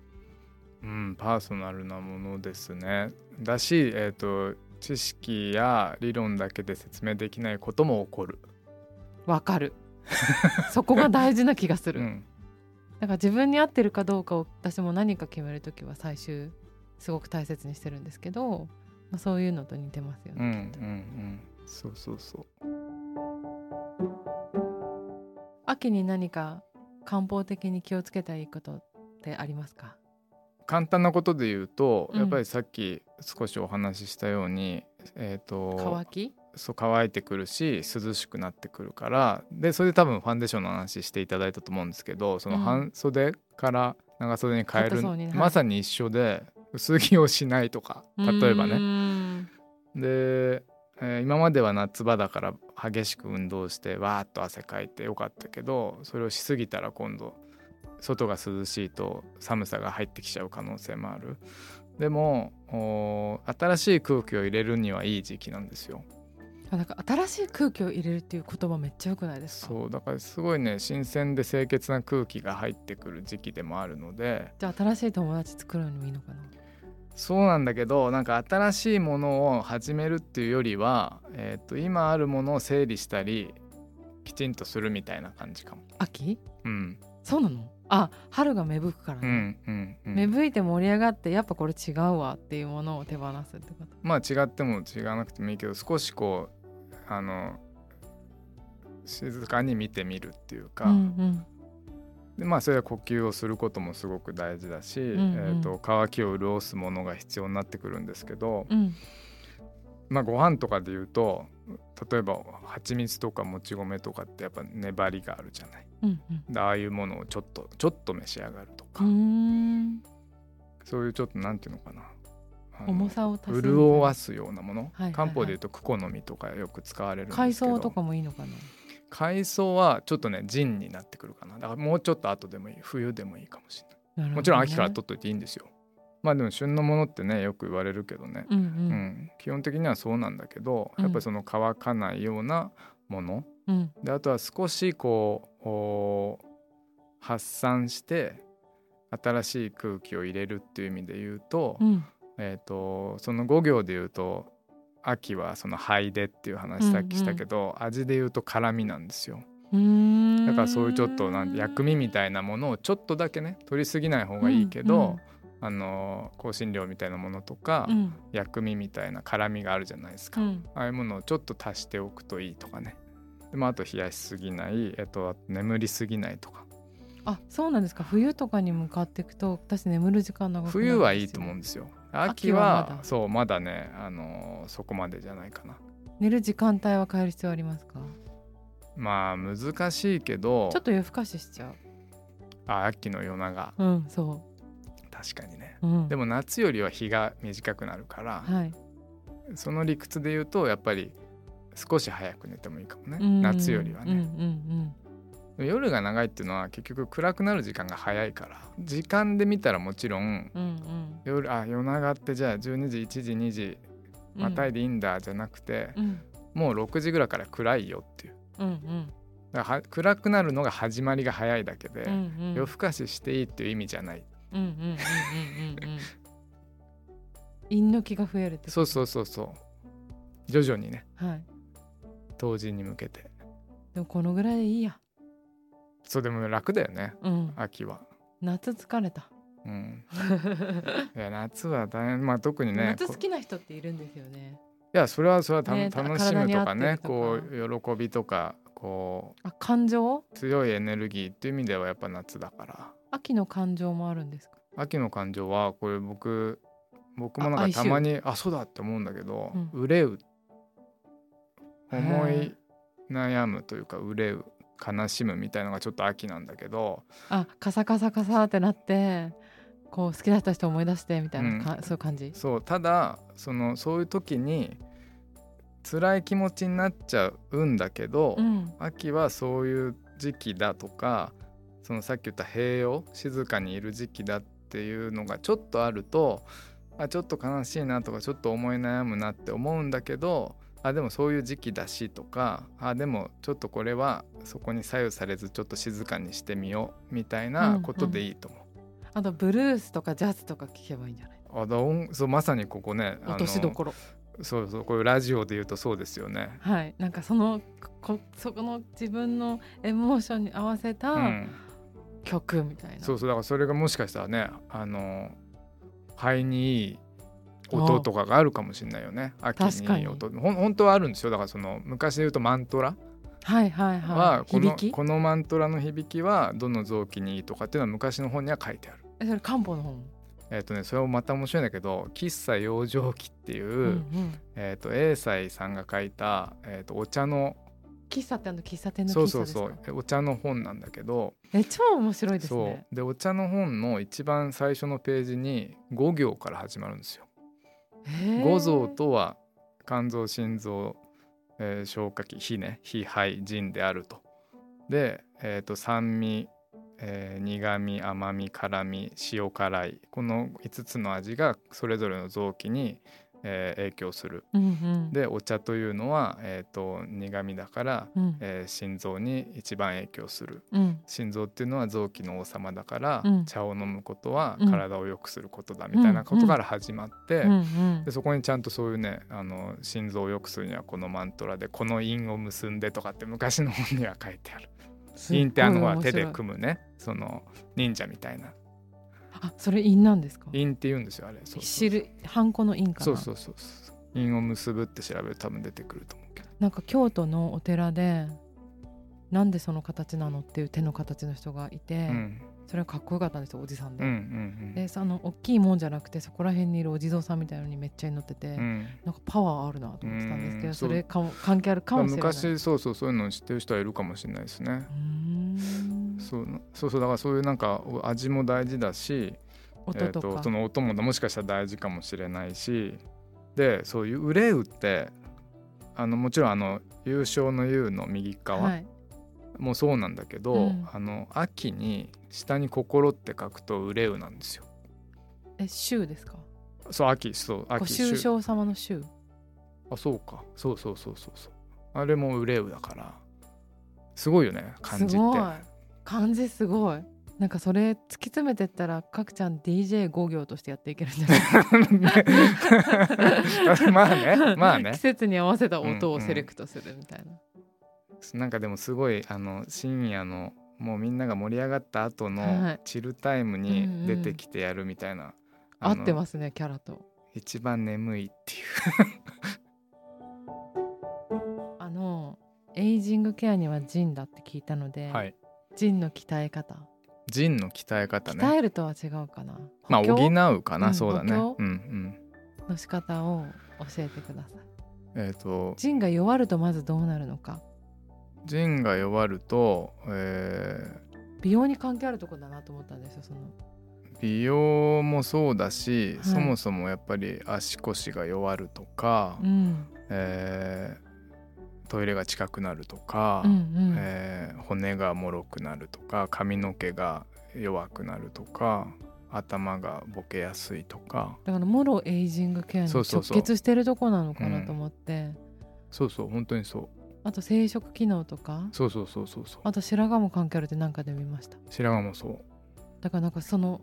Speaker 3: う、うん、パーソナルなものですねだし、えー、と知識や理論だけで説明できないことも起こる、
Speaker 2: わかる <laughs> そこが大事な気がす
Speaker 3: う
Speaker 2: る、
Speaker 3: ん、
Speaker 2: だから自分に合ってるかどうかを私も何か決める時は最終すごく大切にしてるんですけど、まあ、そういうのと似てますよ
Speaker 3: うんうん
Speaker 2: ね、きっと
Speaker 3: うんそうそうそ
Speaker 2: 秋に何か漢方的に気をつけたらいいことってありますか
Speaker 3: う簡単なことで言うと、
Speaker 2: うん
Speaker 3: やっぱりさっき少しお話ししたようにえっ、と
Speaker 2: 乾き
Speaker 3: そう乾いてくるし涼しくなってくるからでそれで多分ファンデーションの話していただいたと思うんですけどその
Speaker 2: うん
Speaker 3: 半袖から長袖に変え
Speaker 2: 片
Speaker 3: る、
Speaker 2: 層にはい
Speaker 3: まさに一緒で薄着をしないとか例えば
Speaker 2: うー
Speaker 3: ね。
Speaker 2: ん
Speaker 3: で、えー今までは夏場だから激しく運動してわーっと汗かいてよかったけどそれをしすぎたら今度外が涼しいと寒さが入ってきちゃう可能性もある。でもおー新しい空気を入れるにはいい時期なんですよ。
Speaker 2: あなんか新しい空気を入れるっていう言葉めっちゃ良くないですか
Speaker 3: そうだからすごいね新鮮で清潔な空気が入ってくる時期でもあるので
Speaker 2: じゃあ新しい友達作るのにもいいのかな
Speaker 3: そうなんだけどなんか新しいものを始めるっていうよりは、えー、と今あるものを整理したりきちんとするみたいな感じかも。
Speaker 2: 秋
Speaker 3: うん
Speaker 2: そうなのあ春が芽吹くから
Speaker 3: う
Speaker 2: ね、
Speaker 3: んうんうん
Speaker 2: 芽吹いて盛り上がってやっぱこれ違うわっていうものを手放すってこと
Speaker 3: まあ違っても違わなくてもいいけど少しこうあの静かに見てみるっていうか、
Speaker 2: うん
Speaker 3: でまあそれは呼吸をすることもすごく大事だし、
Speaker 2: んうん
Speaker 3: えー、と乾きを潤すものが必要になってくるんですけど、
Speaker 2: うんうん
Speaker 3: まあ、ご飯とかで言うと例えば蜂蜜とかもち米とかってやっぱ粘りがあるじゃない
Speaker 2: うん
Speaker 3: でああいうものをちょっとちょっと召し上がると
Speaker 2: う
Speaker 3: か、
Speaker 2: んう
Speaker 3: そういうちょっとなんていうのかなあ
Speaker 2: ーん
Speaker 3: の
Speaker 2: 重さを足す
Speaker 3: 潤わすようなもの、
Speaker 2: いはい
Speaker 3: 漢方で言うとクコの実とかよく使われるんですけど
Speaker 2: 海藻とかもいいのかな
Speaker 3: 海藻はちょっとね腎になってくるかなだからもうちょっと後でもいい冬でもいいかもしれない
Speaker 2: なるほどね
Speaker 3: もちろん秋から取っといていいんですよまあでも旬のものってねよく言われるけどね
Speaker 2: うんう
Speaker 3: うんん、基本的にはそうなんだけど
Speaker 2: うん
Speaker 3: やっぱりその乾かないようなもの、
Speaker 2: うん
Speaker 3: であとは少しこうおー発散して新しい空気を入れるっていう意味で言うと,、
Speaker 2: うん
Speaker 3: えー、とその5行で言うと秋はその肺でっていう話さっきしたけど、味で言うと辛みなんですよ
Speaker 2: うーん
Speaker 3: だからそういうちょっとなんて薬味みたいなものをちょっとだけね取りすぎない方がいいけど、
Speaker 2: うんうん
Speaker 3: あのー香辛料みたいなものとか、
Speaker 2: うん
Speaker 3: 薬味みたいな辛みがあるじゃないですか
Speaker 2: う。ん
Speaker 3: ああいうものをちょっと足しておくといいとかねで、まあ、あと冷やしすぎない、えっと、あと眠りすぎないとか
Speaker 2: あそうなんですか冬とかに向かっていくと私眠る時間長くなるんです
Speaker 3: 冬
Speaker 2: よ
Speaker 3: はいいと思うんですよ
Speaker 2: 秋
Speaker 3: 秋
Speaker 2: は
Speaker 3: は
Speaker 2: まだ
Speaker 3: そうまだね、あのーそこまでじゃないかな
Speaker 2: 寝る時間帯は変える必要ありますか
Speaker 3: まあ難しいけど
Speaker 2: ちょっと夜更かししちゃ
Speaker 3: あ秋の夜長
Speaker 2: ううんそ
Speaker 3: 確かにね
Speaker 2: う、うん、
Speaker 3: でも夏よりは日が短くなるから、
Speaker 2: はい
Speaker 3: その理屈で言うとやっぱり少し早く寝てもいいかもね
Speaker 2: うん
Speaker 3: 夏よりはね、
Speaker 2: うんうん
Speaker 3: 夜が長いっていうのは結局暗くなる時間が早いから時間で見たらもちろん
Speaker 2: うんうん
Speaker 3: 夜あ夜長ってじゃあ12時1時2時
Speaker 2: うん
Speaker 3: またいでいいんだじゃなくて、
Speaker 2: うん
Speaker 3: もう6時ぐらいから暗いよっていう
Speaker 2: うんうん
Speaker 3: だからは暗くなるのが始まりが早いだけで、
Speaker 2: うんうん
Speaker 3: 夜更かししていいっていう意味じゃない、
Speaker 2: うんうんうんうんうんうん陰の気が増えるってこと
Speaker 3: そうそうそうそう徐々にね
Speaker 2: はい
Speaker 3: 冬至に向けて
Speaker 2: でもこのぐらいでいいや
Speaker 3: そうでも楽だよね
Speaker 2: うん
Speaker 3: 秋は
Speaker 2: 夏疲れた <laughs>
Speaker 3: うんいや夏は大変まあ特にね
Speaker 2: 夏
Speaker 3: こ
Speaker 2: 好
Speaker 3: う
Speaker 2: きな人っているんですよね
Speaker 3: いやそれはそれはた、
Speaker 2: ねた
Speaker 3: 楽しむとかね
Speaker 2: 体に合
Speaker 3: こ
Speaker 2: ってる
Speaker 3: う喜びとかこ
Speaker 2: あ感情
Speaker 3: う強いエネルギーっていう意味ではやっぱ夏だから
Speaker 2: 秋の感情もあるんですか
Speaker 3: 秋の感情はこれ僕僕も
Speaker 2: あ
Speaker 3: なん
Speaker 2: 哀
Speaker 3: か
Speaker 2: 愁
Speaker 3: たまにあそうだって思うんだけど、
Speaker 2: う
Speaker 3: 憂う
Speaker 2: へー
Speaker 3: 思い悩むというか憂う悲しむみたいのがちょっと秋なんだけど
Speaker 2: あカサカサカサってなってこう好きだった人思い出してみたいなか、そういう感じ
Speaker 3: そうただそのそういう時に辛い気持ちになっちゃうんだけど、
Speaker 2: うん
Speaker 3: 秋はそういう時期だとかそのさっき言った平穏静かにいる時期だっていうのがちょっとあるとあちょっと悲しいなとかちょっと思い悩むなって思うんだけどあでもそういう時期だしとかあでもちょっとこれはそこに左右されずちょっと静かにしてみようみたいなことでいいと思う。
Speaker 2: あとブルースとかジャズとか聴けばいいんじゃない
Speaker 3: あだ音そうまさにここねあの
Speaker 2: 落としどころ
Speaker 3: そうそうこれラジオで言うとそうですよね。
Speaker 2: はいなんかそのこそこの自分のエモーションに合わせ
Speaker 3: う
Speaker 2: た
Speaker 3: ん、
Speaker 2: 曲みたいな、
Speaker 3: そうそうだからそれがもしかしたらねあの肺にいい音とかがあるかもしれないよね秋にいい音ほん本当はあるんですよだからその昔で言うとマントラ
Speaker 2: はいはいは
Speaker 3: はいこの
Speaker 2: 響き
Speaker 3: このマントラの響きはどの臓器にいいとかっていうのは昔の本には書いてある。
Speaker 2: えそれ漢方の本、
Speaker 3: えっ、とねそれもまた面白いんだけど喫茶養生記っていう、
Speaker 2: うんうん、
Speaker 3: えっ、と英才さんが書いた、えー、とお茶の
Speaker 2: 喫茶ってあの喫茶店の喫茶
Speaker 3: そう
Speaker 2: ですか
Speaker 3: そうそうえお茶の本なんだけど
Speaker 2: え超面白いです
Speaker 3: そ
Speaker 2: ね
Speaker 3: うでお茶の本の一番最初のページに5行から始まるんですよ。
Speaker 2: へー
Speaker 3: 五臓とは肝臓心臓、えー消化器脾ね脾肺腎であると。で、えー、と酸味、えー苦味甘味辛味塩辛いこの5つの味がそれぞれの臓器に、えー影響する。
Speaker 2: うんうん
Speaker 3: でお茶というのは、えー、と苦味だから、
Speaker 2: うん
Speaker 3: えー心臓に一番影響する。
Speaker 2: うん
Speaker 3: 心臓っていうのは臓器の王様だから、
Speaker 2: うん
Speaker 3: 茶を飲むことは
Speaker 2: うん
Speaker 3: 体を良くすることだみたいなことから始まって、
Speaker 2: うんうん
Speaker 3: でそこにちゃんとそういうねあの心臓を良くするにはこのマントラでこの韻を結んでとかって昔の本には書いてある
Speaker 2: すっごい
Speaker 3: 韻ってあのほら
Speaker 2: 面
Speaker 3: 手
Speaker 2: 白い
Speaker 3: で組むねその忍者みたいな
Speaker 2: あそれ印なんですか
Speaker 3: 韻って言うんですよあれそうそ
Speaker 2: 知
Speaker 3: う
Speaker 2: るハンコの印かな
Speaker 3: そうそうそうそう韻を結ぶって調べると多分出てくると思うけど
Speaker 2: なんか京都のお寺でなんでその形なのっていう手の形の人がいて、
Speaker 3: うん
Speaker 2: それはかっこよかったんですよおじさん
Speaker 3: う
Speaker 2: で、
Speaker 3: んうん
Speaker 2: でその大きいもんじゃなくてそこら辺にいるお地蔵さんみたいのにめっちゃ祈ってて、
Speaker 3: うんうん
Speaker 2: なんかパワーあるなと思ってたんですけ
Speaker 3: う
Speaker 2: ど
Speaker 3: ん
Speaker 2: それかも関係あるかもしれない
Speaker 3: 昔そうそうそういうの知ってる人はいるかもしれないですね、
Speaker 2: うーん
Speaker 3: そうなそうそうだからそういうなんかお味も大事だし
Speaker 2: 音と
Speaker 3: えー
Speaker 2: か、
Speaker 3: その音ももしかしたら大事かもしれないしでそういう憂うってあのもちろんあの優勝の優の右側、
Speaker 2: はい、
Speaker 3: もそうなんだけど、
Speaker 2: うん
Speaker 3: あの秋に下に心って書くと憂うなんですよ。
Speaker 2: え州ですか
Speaker 3: そう秋そう
Speaker 2: ご
Speaker 3: 秋
Speaker 2: 愁
Speaker 3: 秋
Speaker 2: 傷様の州
Speaker 3: あそうかそうそうそうそうそうあれも憂うだからすごいよね漢字って
Speaker 2: すごい漢字すごいなんかそれ突き詰めてったらかくちゃん DJ5 行としてやっていけるんじゃない
Speaker 3: ね <laughs> <laughs> まあねまあね
Speaker 2: 季節に合わせた音をセレクトするみたいな、
Speaker 3: なんかでもすごいあの深夜のもうみんなが盛り上がった後
Speaker 2: は
Speaker 3: の
Speaker 2: い
Speaker 3: チルタイム
Speaker 2: うんう
Speaker 3: に
Speaker 2: ん
Speaker 3: 出てきてやるみたいな、
Speaker 2: 合ってますすねキャラと
Speaker 3: 一番眠いってい
Speaker 2: あのエイジングケアにはジンだって聞いたので、
Speaker 3: う、はい、
Speaker 2: ジンの鍛え方
Speaker 3: ジンの鍛え方
Speaker 2: 鍛
Speaker 3: ね
Speaker 2: えるとは違うかな、
Speaker 3: まあ
Speaker 2: 補強
Speaker 3: 補うかな、
Speaker 2: うん
Speaker 3: そうだね
Speaker 2: 補強
Speaker 3: うんうん
Speaker 2: の仕方を教えてください
Speaker 3: えっ、と
Speaker 2: ジンが弱るとまずどうなるのか
Speaker 3: ジンが弱ると、え
Speaker 2: 美容に関係あるところだなと思ったんですよその
Speaker 3: ー美容もそうだし、
Speaker 2: はい
Speaker 3: そもそもやっぱり足腰が弱るとか、
Speaker 2: うん
Speaker 3: えートイレが近くなるとか、
Speaker 2: うんうん、
Speaker 3: えー骨がもろくなるとか髪の毛が弱くなるとか頭がボケやすいとか
Speaker 2: だからもろエイジングケアに
Speaker 3: そう
Speaker 2: 直
Speaker 3: そうそう
Speaker 2: 結してるとこなのかなと思って
Speaker 3: そうそう本当にそう
Speaker 2: あと生殖機能とか
Speaker 3: そうそうそうそうそう
Speaker 2: あと白髪も関係あるってなんかで見ました
Speaker 3: 白髪もそう
Speaker 2: だからなんかその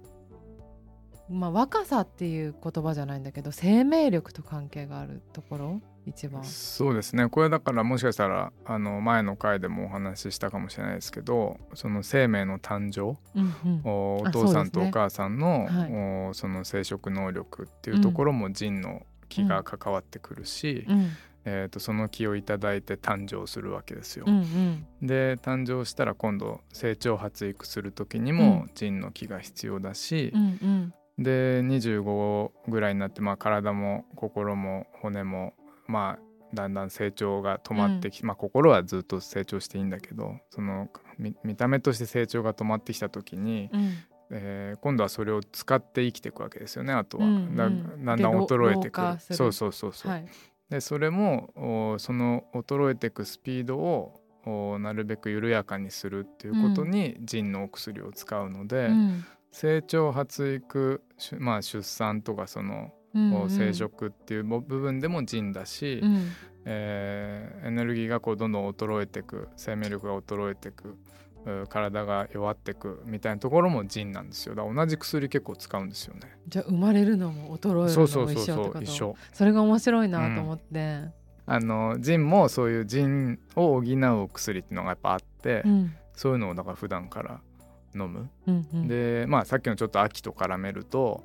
Speaker 2: まあ若さっていう言葉じゃないんだけど生命力と関係があるところ一番
Speaker 3: そうですねこれだからもしかしたらあの前の回でもお話ししたかもしれないですけどその生命の誕生
Speaker 2: うんうん
Speaker 3: おお
Speaker 2: あ
Speaker 3: 父さん
Speaker 2: そ
Speaker 3: と
Speaker 2: うですね
Speaker 3: お母さんのそ,、
Speaker 2: はい
Speaker 3: おその生殖能力っていうところも人の気が関わってくるし、
Speaker 2: うん
Speaker 3: えー、とその気をいただいて誕生するわけですよ。
Speaker 2: うんうん
Speaker 3: で誕生したら今度成長発育する時にも
Speaker 2: う
Speaker 3: 腎の気が必要だし
Speaker 2: う、んうん
Speaker 3: で25ぐらいになって、まあ、体も心も骨も、まあ、だんだん成長が止まってきて、まあ、心はずっと成長していいんだけどその見見た目として成長が止まってきた時に、
Speaker 2: うん
Speaker 3: えー今度はそれを使って生きていくわけですよねあとは、
Speaker 2: うんうん
Speaker 3: だだんだん衰え
Speaker 2: で
Speaker 3: て
Speaker 2: 老
Speaker 3: く
Speaker 2: 化
Speaker 3: る
Speaker 2: する
Speaker 3: そうそうそうそう、
Speaker 2: はい
Speaker 3: でそれもおその衰えていくスピードをおなるべく緩やかにするっていうことに腎のお薬を使うので、
Speaker 2: うん
Speaker 3: 成長発育しゅまあ、出産とかそのこう生殖っていう部分でも腎だし、
Speaker 2: うん
Speaker 3: えーエネルギーがこうどんどん衰えていく生命力が衰えていくう体が弱っていくみたいなところも腎なんですよだから同じ薬結構使うんですよね。
Speaker 2: じゃあ生まれるのも衰えるの
Speaker 3: そうそう
Speaker 2: も
Speaker 3: そ
Speaker 2: 一
Speaker 3: う
Speaker 2: 緒って
Speaker 3: そ
Speaker 2: こ
Speaker 3: う
Speaker 2: と
Speaker 3: 一緒。
Speaker 2: それが面白いなと思って、
Speaker 3: あの腎もそういう腎を補う薬っていうのがやっぱあって、
Speaker 2: うん
Speaker 3: そういうのをだから普段から飲む。
Speaker 2: うんうん、
Speaker 3: でまあさっきのちょっと秋と絡めると,、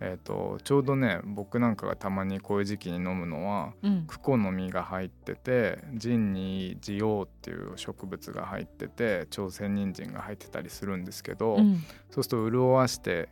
Speaker 3: えー、とちょうどね僕なんかがたまにこういう時期に飲むのは
Speaker 2: うん
Speaker 3: クコの実が入っててジンにジオウっていう植物が入ってて朝鮮人参が入ってたりするんですけど、
Speaker 2: うん
Speaker 3: そうすると潤わして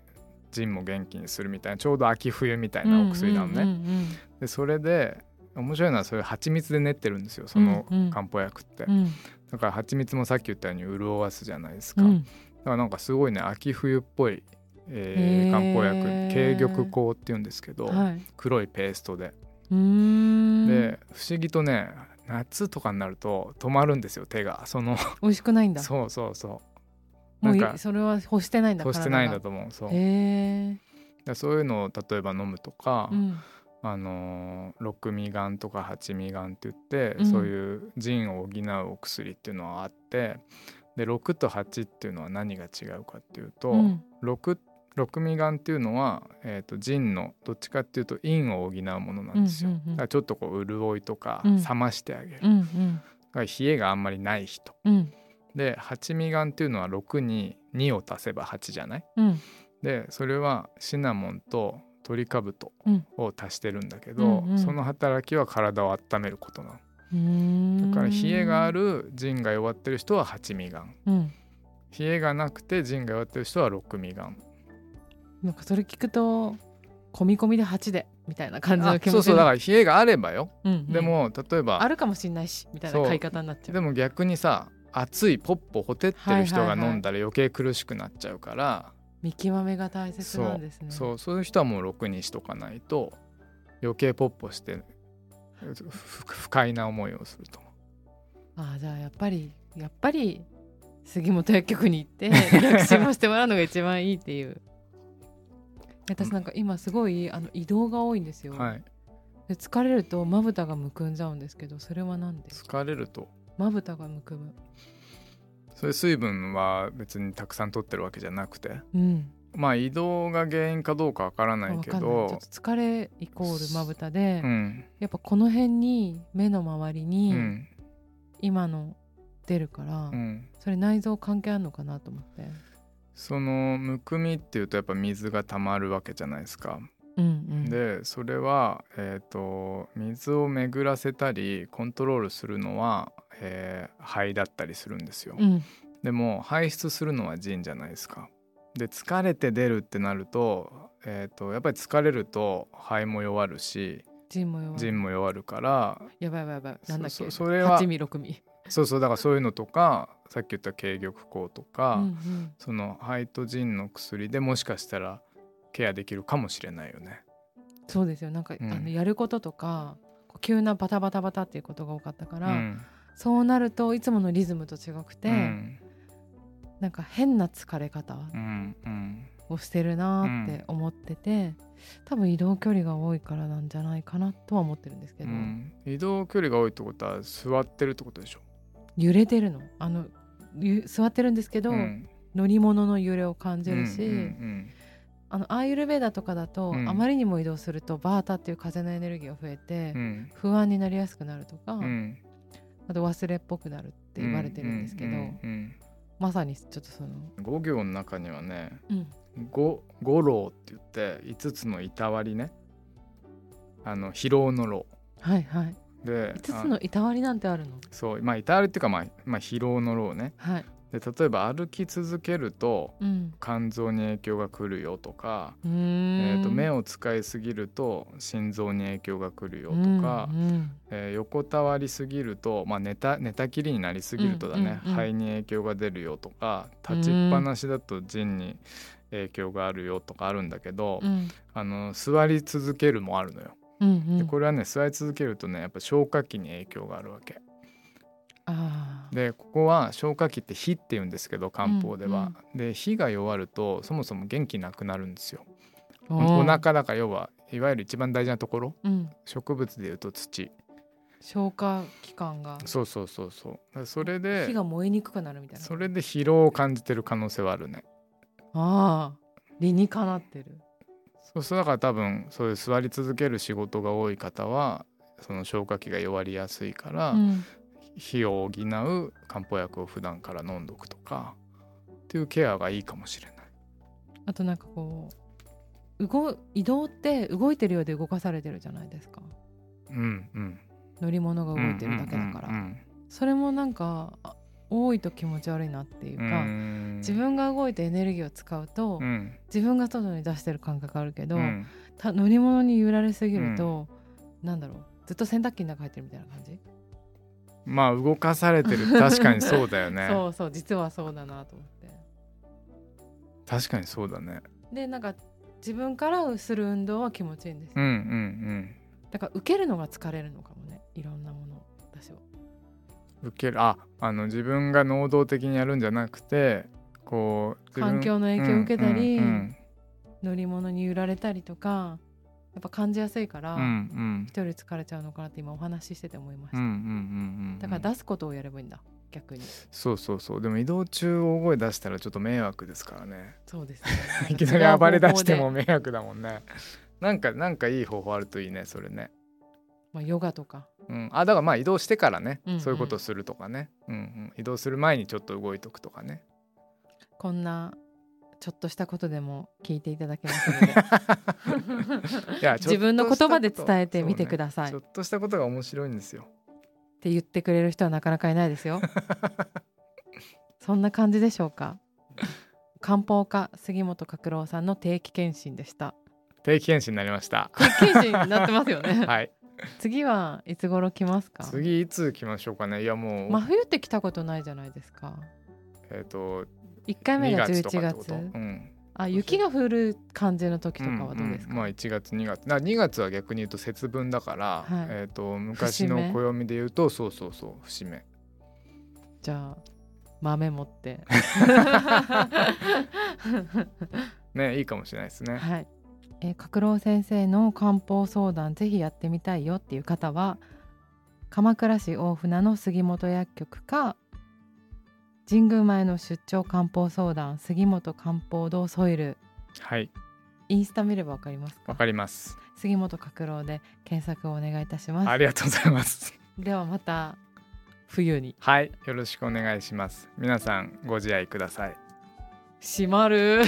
Speaker 3: ジンも元気にするみたいなちょうど秋冬みたいなお薬なのね。
Speaker 2: うんうん
Speaker 3: でそれで面白いのはそういう蜂蜜で練ってるんですよその
Speaker 2: うんうん
Speaker 3: 漢方薬って、
Speaker 2: うん
Speaker 3: だから蜂蜜もさっき言ったように潤わすじゃないです
Speaker 2: う
Speaker 3: か、
Speaker 2: ん
Speaker 3: だからなんかすごいね秋冬っぽい、え
Speaker 2: へー
Speaker 3: ー漢方薬軽玉香っていうんですけど、
Speaker 2: うんはい、
Speaker 3: 黒いペーストで、
Speaker 2: うーん
Speaker 3: で不思議とね夏とかになると止まるんですよ手がその
Speaker 2: 美味しくないんだ
Speaker 3: そうそうそう
Speaker 2: も
Speaker 3: な
Speaker 2: うんい
Speaker 3: か
Speaker 2: それは干してないんだ
Speaker 3: そうしてないんだ
Speaker 2: 体が
Speaker 3: と思うそう、
Speaker 2: へえ、
Speaker 3: だからそういうのを例えば飲むとか、
Speaker 2: うん
Speaker 3: あのー六味丸とか八味丸って言って、
Speaker 2: うん
Speaker 3: そういう腎を補うお薬っていうのはあってで6と8っていうのは何が違うかっていうと、
Speaker 2: うん
Speaker 3: 六六味丸っていうのは、えー、と腎のどっちかっていうと陰を補うものなんですよ。
Speaker 2: うんうんうん
Speaker 3: だからちょっとこう潤いとか
Speaker 2: うん
Speaker 3: 冷ましてあげる、
Speaker 2: う
Speaker 3: だ
Speaker 2: ん
Speaker 3: から冷えがあんまりない人
Speaker 2: うんうん
Speaker 3: で八味丸っていうのは6に2を足せば8じゃない
Speaker 2: うん
Speaker 3: でそれはシナモンとトリカブト
Speaker 2: うん
Speaker 3: を足してるんだけど、
Speaker 2: うんうん
Speaker 3: その働きは体を温めることな
Speaker 2: うーん
Speaker 3: のだから冷えがある腎が弱ってる人は八味丸
Speaker 2: うん
Speaker 3: 冷えがなくて腎が弱ってる人は六味丸
Speaker 2: なんかそれ聞くと込み込みで8でみたいな感じの
Speaker 3: あ
Speaker 2: 気持ち
Speaker 3: そうそうだ
Speaker 2: か
Speaker 3: から冷えがあればよ、
Speaker 2: ら、うんうん
Speaker 3: でも例え
Speaker 2: あ
Speaker 3: ば
Speaker 2: るかもしれないしみたいな
Speaker 3: そう
Speaker 2: 買い方になっちゃう
Speaker 3: でも逆にさ熱いポッポほてってる人
Speaker 2: は
Speaker 3: が
Speaker 2: いはいはい
Speaker 3: 飲んだら余計苦しくなっちゃうから、
Speaker 2: 見極めが大切なんですね
Speaker 3: そうそういう人はもう六にしとかないと余計ポッポしてふ不快な思いをすると思う
Speaker 2: ああじゃあやっぱりやっぱり杉本薬局に行
Speaker 3: <laughs>
Speaker 2: って薬師もしてもらうのが一番いいっていう私なんか今すごいあの移動が多いんですよ、
Speaker 3: はい、
Speaker 2: で疲れるとまぶたがむくんじゃうんですけどそれは何ですか
Speaker 3: 疲れると
Speaker 2: まぶたがむくむ
Speaker 3: そういう水分は別にたくさん取ってるわけじゃなくて
Speaker 2: うん
Speaker 3: まあ移動が原因かどうかわからない
Speaker 2: わ
Speaker 3: け
Speaker 2: かんないちょっと
Speaker 3: ど
Speaker 2: 疲れイコールまぶたで、
Speaker 3: うん
Speaker 2: やっぱこの辺に目の周り
Speaker 3: う
Speaker 2: に
Speaker 3: ん
Speaker 2: 今の出るから、
Speaker 3: うん
Speaker 2: それ内臓関係あるのかなと思って
Speaker 3: そのむくみっていうとやっぱ水が溜まるわけじゃないですか。
Speaker 2: うんうん
Speaker 3: でそれは、えー、と水を巡らせたりコントロールするのは、えー肺だったりするんですよ。
Speaker 2: うん
Speaker 3: でも排出するのは腎じゃないですか。で疲れて出るってなると,、えー、とやっぱり疲れると肺も弱るし
Speaker 2: 腎も弱い
Speaker 3: 腎も弱るから
Speaker 2: やばいやばいやばいなんだっけ
Speaker 3: そそそれは
Speaker 2: 8味6味
Speaker 3: そうそうだからそういうのとかさっき言った軽玉香とか、
Speaker 2: うんうん
Speaker 3: その肺と腎の薬でもしかしたらケアできるかもしれないよね。
Speaker 2: そうですよなんか、
Speaker 3: うん
Speaker 2: あのやることとかこう急なバタバタバタっていうことが多かったか
Speaker 3: う
Speaker 2: ら、
Speaker 3: ん
Speaker 2: そうなるといつものリズムと違くて、
Speaker 3: うん
Speaker 2: なんか変な疲れ方
Speaker 3: うんうん
Speaker 2: をしてるなーって思ってて、多分移動距離が多いからなんじゃないかなとは思ってるんですけ
Speaker 3: う
Speaker 2: ど、
Speaker 3: ん、移動距離が多いってことは座ってるってことでしょ。
Speaker 2: 揺れてるのあのゆ座ってるんですけど、
Speaker 3: うん
Speaker 2: 乗り物の揺れを感じるし、
Speaker 3: うんうん
Speaker 2: あのアーユルベーダとかだと、
Speaker 3: うん
Speaker 2: あまりにも移動するとバータっていう風のエネルギーが増えて、
Speaker 3: うん
Speaker 2: 不安になりやすくなるとか、
Speaker 3: うんうん
Speaker 2: あと忘れっぽくなるって言われてるんですけど、
Speaker 3: ううんうん
Speaker 2: まさにちょっとその、
Speaker 3: うん五行の中にはね
Speaker 2: うん、
Speaker 3: 五五労って言って五つのいたわりねあの疲労の労
Speaker 2: はいはい
Speaker 3: で
Speaker 2: 五つの
Speaker 3: あ
Speaker 2: いたわりなんてあるの
Speaker 3: そうまあいたわりっていうか、まあ、まあ疲労の労ね
Speaker 2: はい、
Speaker 3: で例えば歩き続けると
Speaker 2: うん
Speaker 3: 肝臓に影響が来るよとか、
Speaker 2: うー
Speaker 3: え
Speaker 2: ん
Speaker 3: ー、と目
Speaker 2: を
Speaker 3: を使いすぎると心臓に影響が来るよとか、
Speaker 2: うんうん
Speaker 3: えー横たわりすぎると、まあ、寝た寝たきりになりすぎるとだね、
Speaker 2: うんうんうん
Speaker 3: 肺に影響が出るよとか立ちっぱなしだと腎に影響があるよとかあるんだけど、
Speaker 2: うん
Speaker 3: あの座り続けるもあるのよ。
Speaker 2: うんう
Speaker 3: で
Speaker 2: ん、
Speaker 3: これはね座り続けるとねやっぱ消化器に影響があるわけ。
Speaker 2: あー
Speaker 3: でここは消化器って火って言うんですけど漢方では、で火が弱るとそもそも元気なくなるんですよお
Speaker 2: ー
Speaker 3: お腹だから要はいわゆる一番大事なところ
Speaker 2: うん、
Speaker 3: 植物でいうと土
Speaker 2: 消化器官が
Speaker 3: そうそうそうそうだからそれ
Speaker 2: 火
Speaker 3: で
Speaker 2: が燃えにくくなるみたいな
Speaker 3: それで疲労を感じてる可能性はあるね
Speaker 2: ああ理にかなってる
Speaker 3: そうそうだから多分そういう座り続ける仕事が多い方はその消化器が弱りやすいから、
Speaker 2: うん
Speaker 3: 火を補う漢方薬を普段から飲んどくとかっていうケアがいいかもしれない。
Speaker 2: あとなんかこう動移動って動いてるようで動かされてるじゃないですか
Speaker 3: うんうん、
Speaker 2: 乗り物が動いてるだけだから、
Speaker 3: うんうん
Speaker 2: それもなんかあ多いと気持ち悪いなっていう
Speaker 3: うんう
Speaker 2: か、
Speaker 3: ん
Speaker 2: 自分が動いてエネルギーを使うと、
Speaker 3: うん
Speaker 2: 自分が外に出してる感覚あるけど、
Speaker 3: うん
Speaker 2: た乗り物に揺られすぎると、なんだろうずっと洗濯機の中入ってるみたいな感じ、
Speaker 3: まあ動かされて
Speaker 2: <laughs>
Speaker 3: る確かにそうだよね
Speaker 2: そうそう実はそうだなと思って
Speaker 3: 確かにそうだね
Speaker 2: でなんか自分からする運動は気持ちいいんですよ、
Speaker 3: うんうん
Speaker 2: だから受けるのが疲れるのかもねいろんなものを私は
Speaker 3: うん受けるああの自分が能動的にやるんじゃなくてこう自分
Speaker 2: 環境の影響を受けたり
Speaker 3: うんうん
Speaker 2: 乗り物に揺られたりとかやっぱ感じやすいから、
Speaker 3: うんうん
Speaker 2: 一人疲れちゃうのかなって今お話ししてて思いまし
Speaker 3: うんう
Speaker 2: た、
Speaker 3: んうんうんうん
Speaker 2: だから出すことをやればいいんだ逆に
Speaker 3: そうそうそうでも移動中大声出したらちょっと迷惑ですからね
Speaker 2: そうです、 <laughs>
Speaker 3: いきなり暴れ出しても、迷惑だもんねなんかなんかいい方法あるといいねそれね
Speaker 2: まあ、ヨガとか
Speaker 3: うん、あだからまあ移動してからね、
Speaker 2: うんうん
Speaker 3: そういうことするとかね、うんうん、移動する前にちょっと動いとくとかね
Speaker 2: こんなちょっとしたことでも聞いていただけ
Speaker 3: <laughs>
Speaker 2: ますので
Speaker 3: いや
Speaker 2: 自分の言葉で伝えてみてく
Speaker 3: だ
Speaker 2: ださい、
Speaker 3: ちょ
Speaker 2: っ
Speaker 3: っとしたことが面白いんですよ
Speaker 2: て言ってくれる人はなかなかいないです
Speaker 3: <laughs>
Speaker 2: よそんな感じでしょうか漢方家杉本角郎さんの定期検診で
Speaker 3: <laughs>
Speaker 2: した
Speaker 3: 定期検診になりました
Speaker 2: 定期検診になってますよね、
Speaker 3: はい
Speaker 2: 次はいつ頃来ますか
Speaker 3: 次いつ来ましょうかねいやもう、
Speaker 2: 真冬って来たことないじゃないですか
Speaker 3: えっ、と
Speaker 2: 1回目
Speaker 3: 2
Speaker 2: が11
Speaker 3: 月と
Speaker 2: 月
Speaker 3: かってことうん
Speaker 2: あ雪が降る感じの時とかはどうですか、
Speaker 3: んんまあ1月2月な2月は逆に言うと節分だから、
Speaker 2: はい
Speaker 3: えー、と昔の暦で言うとそうそうそう節目
Speaker 2: じゃあ豆持って
Speaker 3: <laughs> ねいいかもしれないですね、
Speaker 2: はい、えー、角郎先生の漢方相談ぜひやってみたいよっていう方は鎌倉市大船の杉本薬局か神宮前の出張漢方相談杉本漢方堂ソイル
Speaker 3: はい
Speaker 2: インスタ見ればわかります
Speaker 3: わ
Speaker 2: か
Speaker 3: かります
Speaker 2: 杉本角郎で検索をお願いいたします
Speaker 3: ありがとうございます
Speaker 2: ではまた冬に
Speaker 3: はい、よろしくお願いします。皆さんご自愛ください。
Speaker 2: 閉まる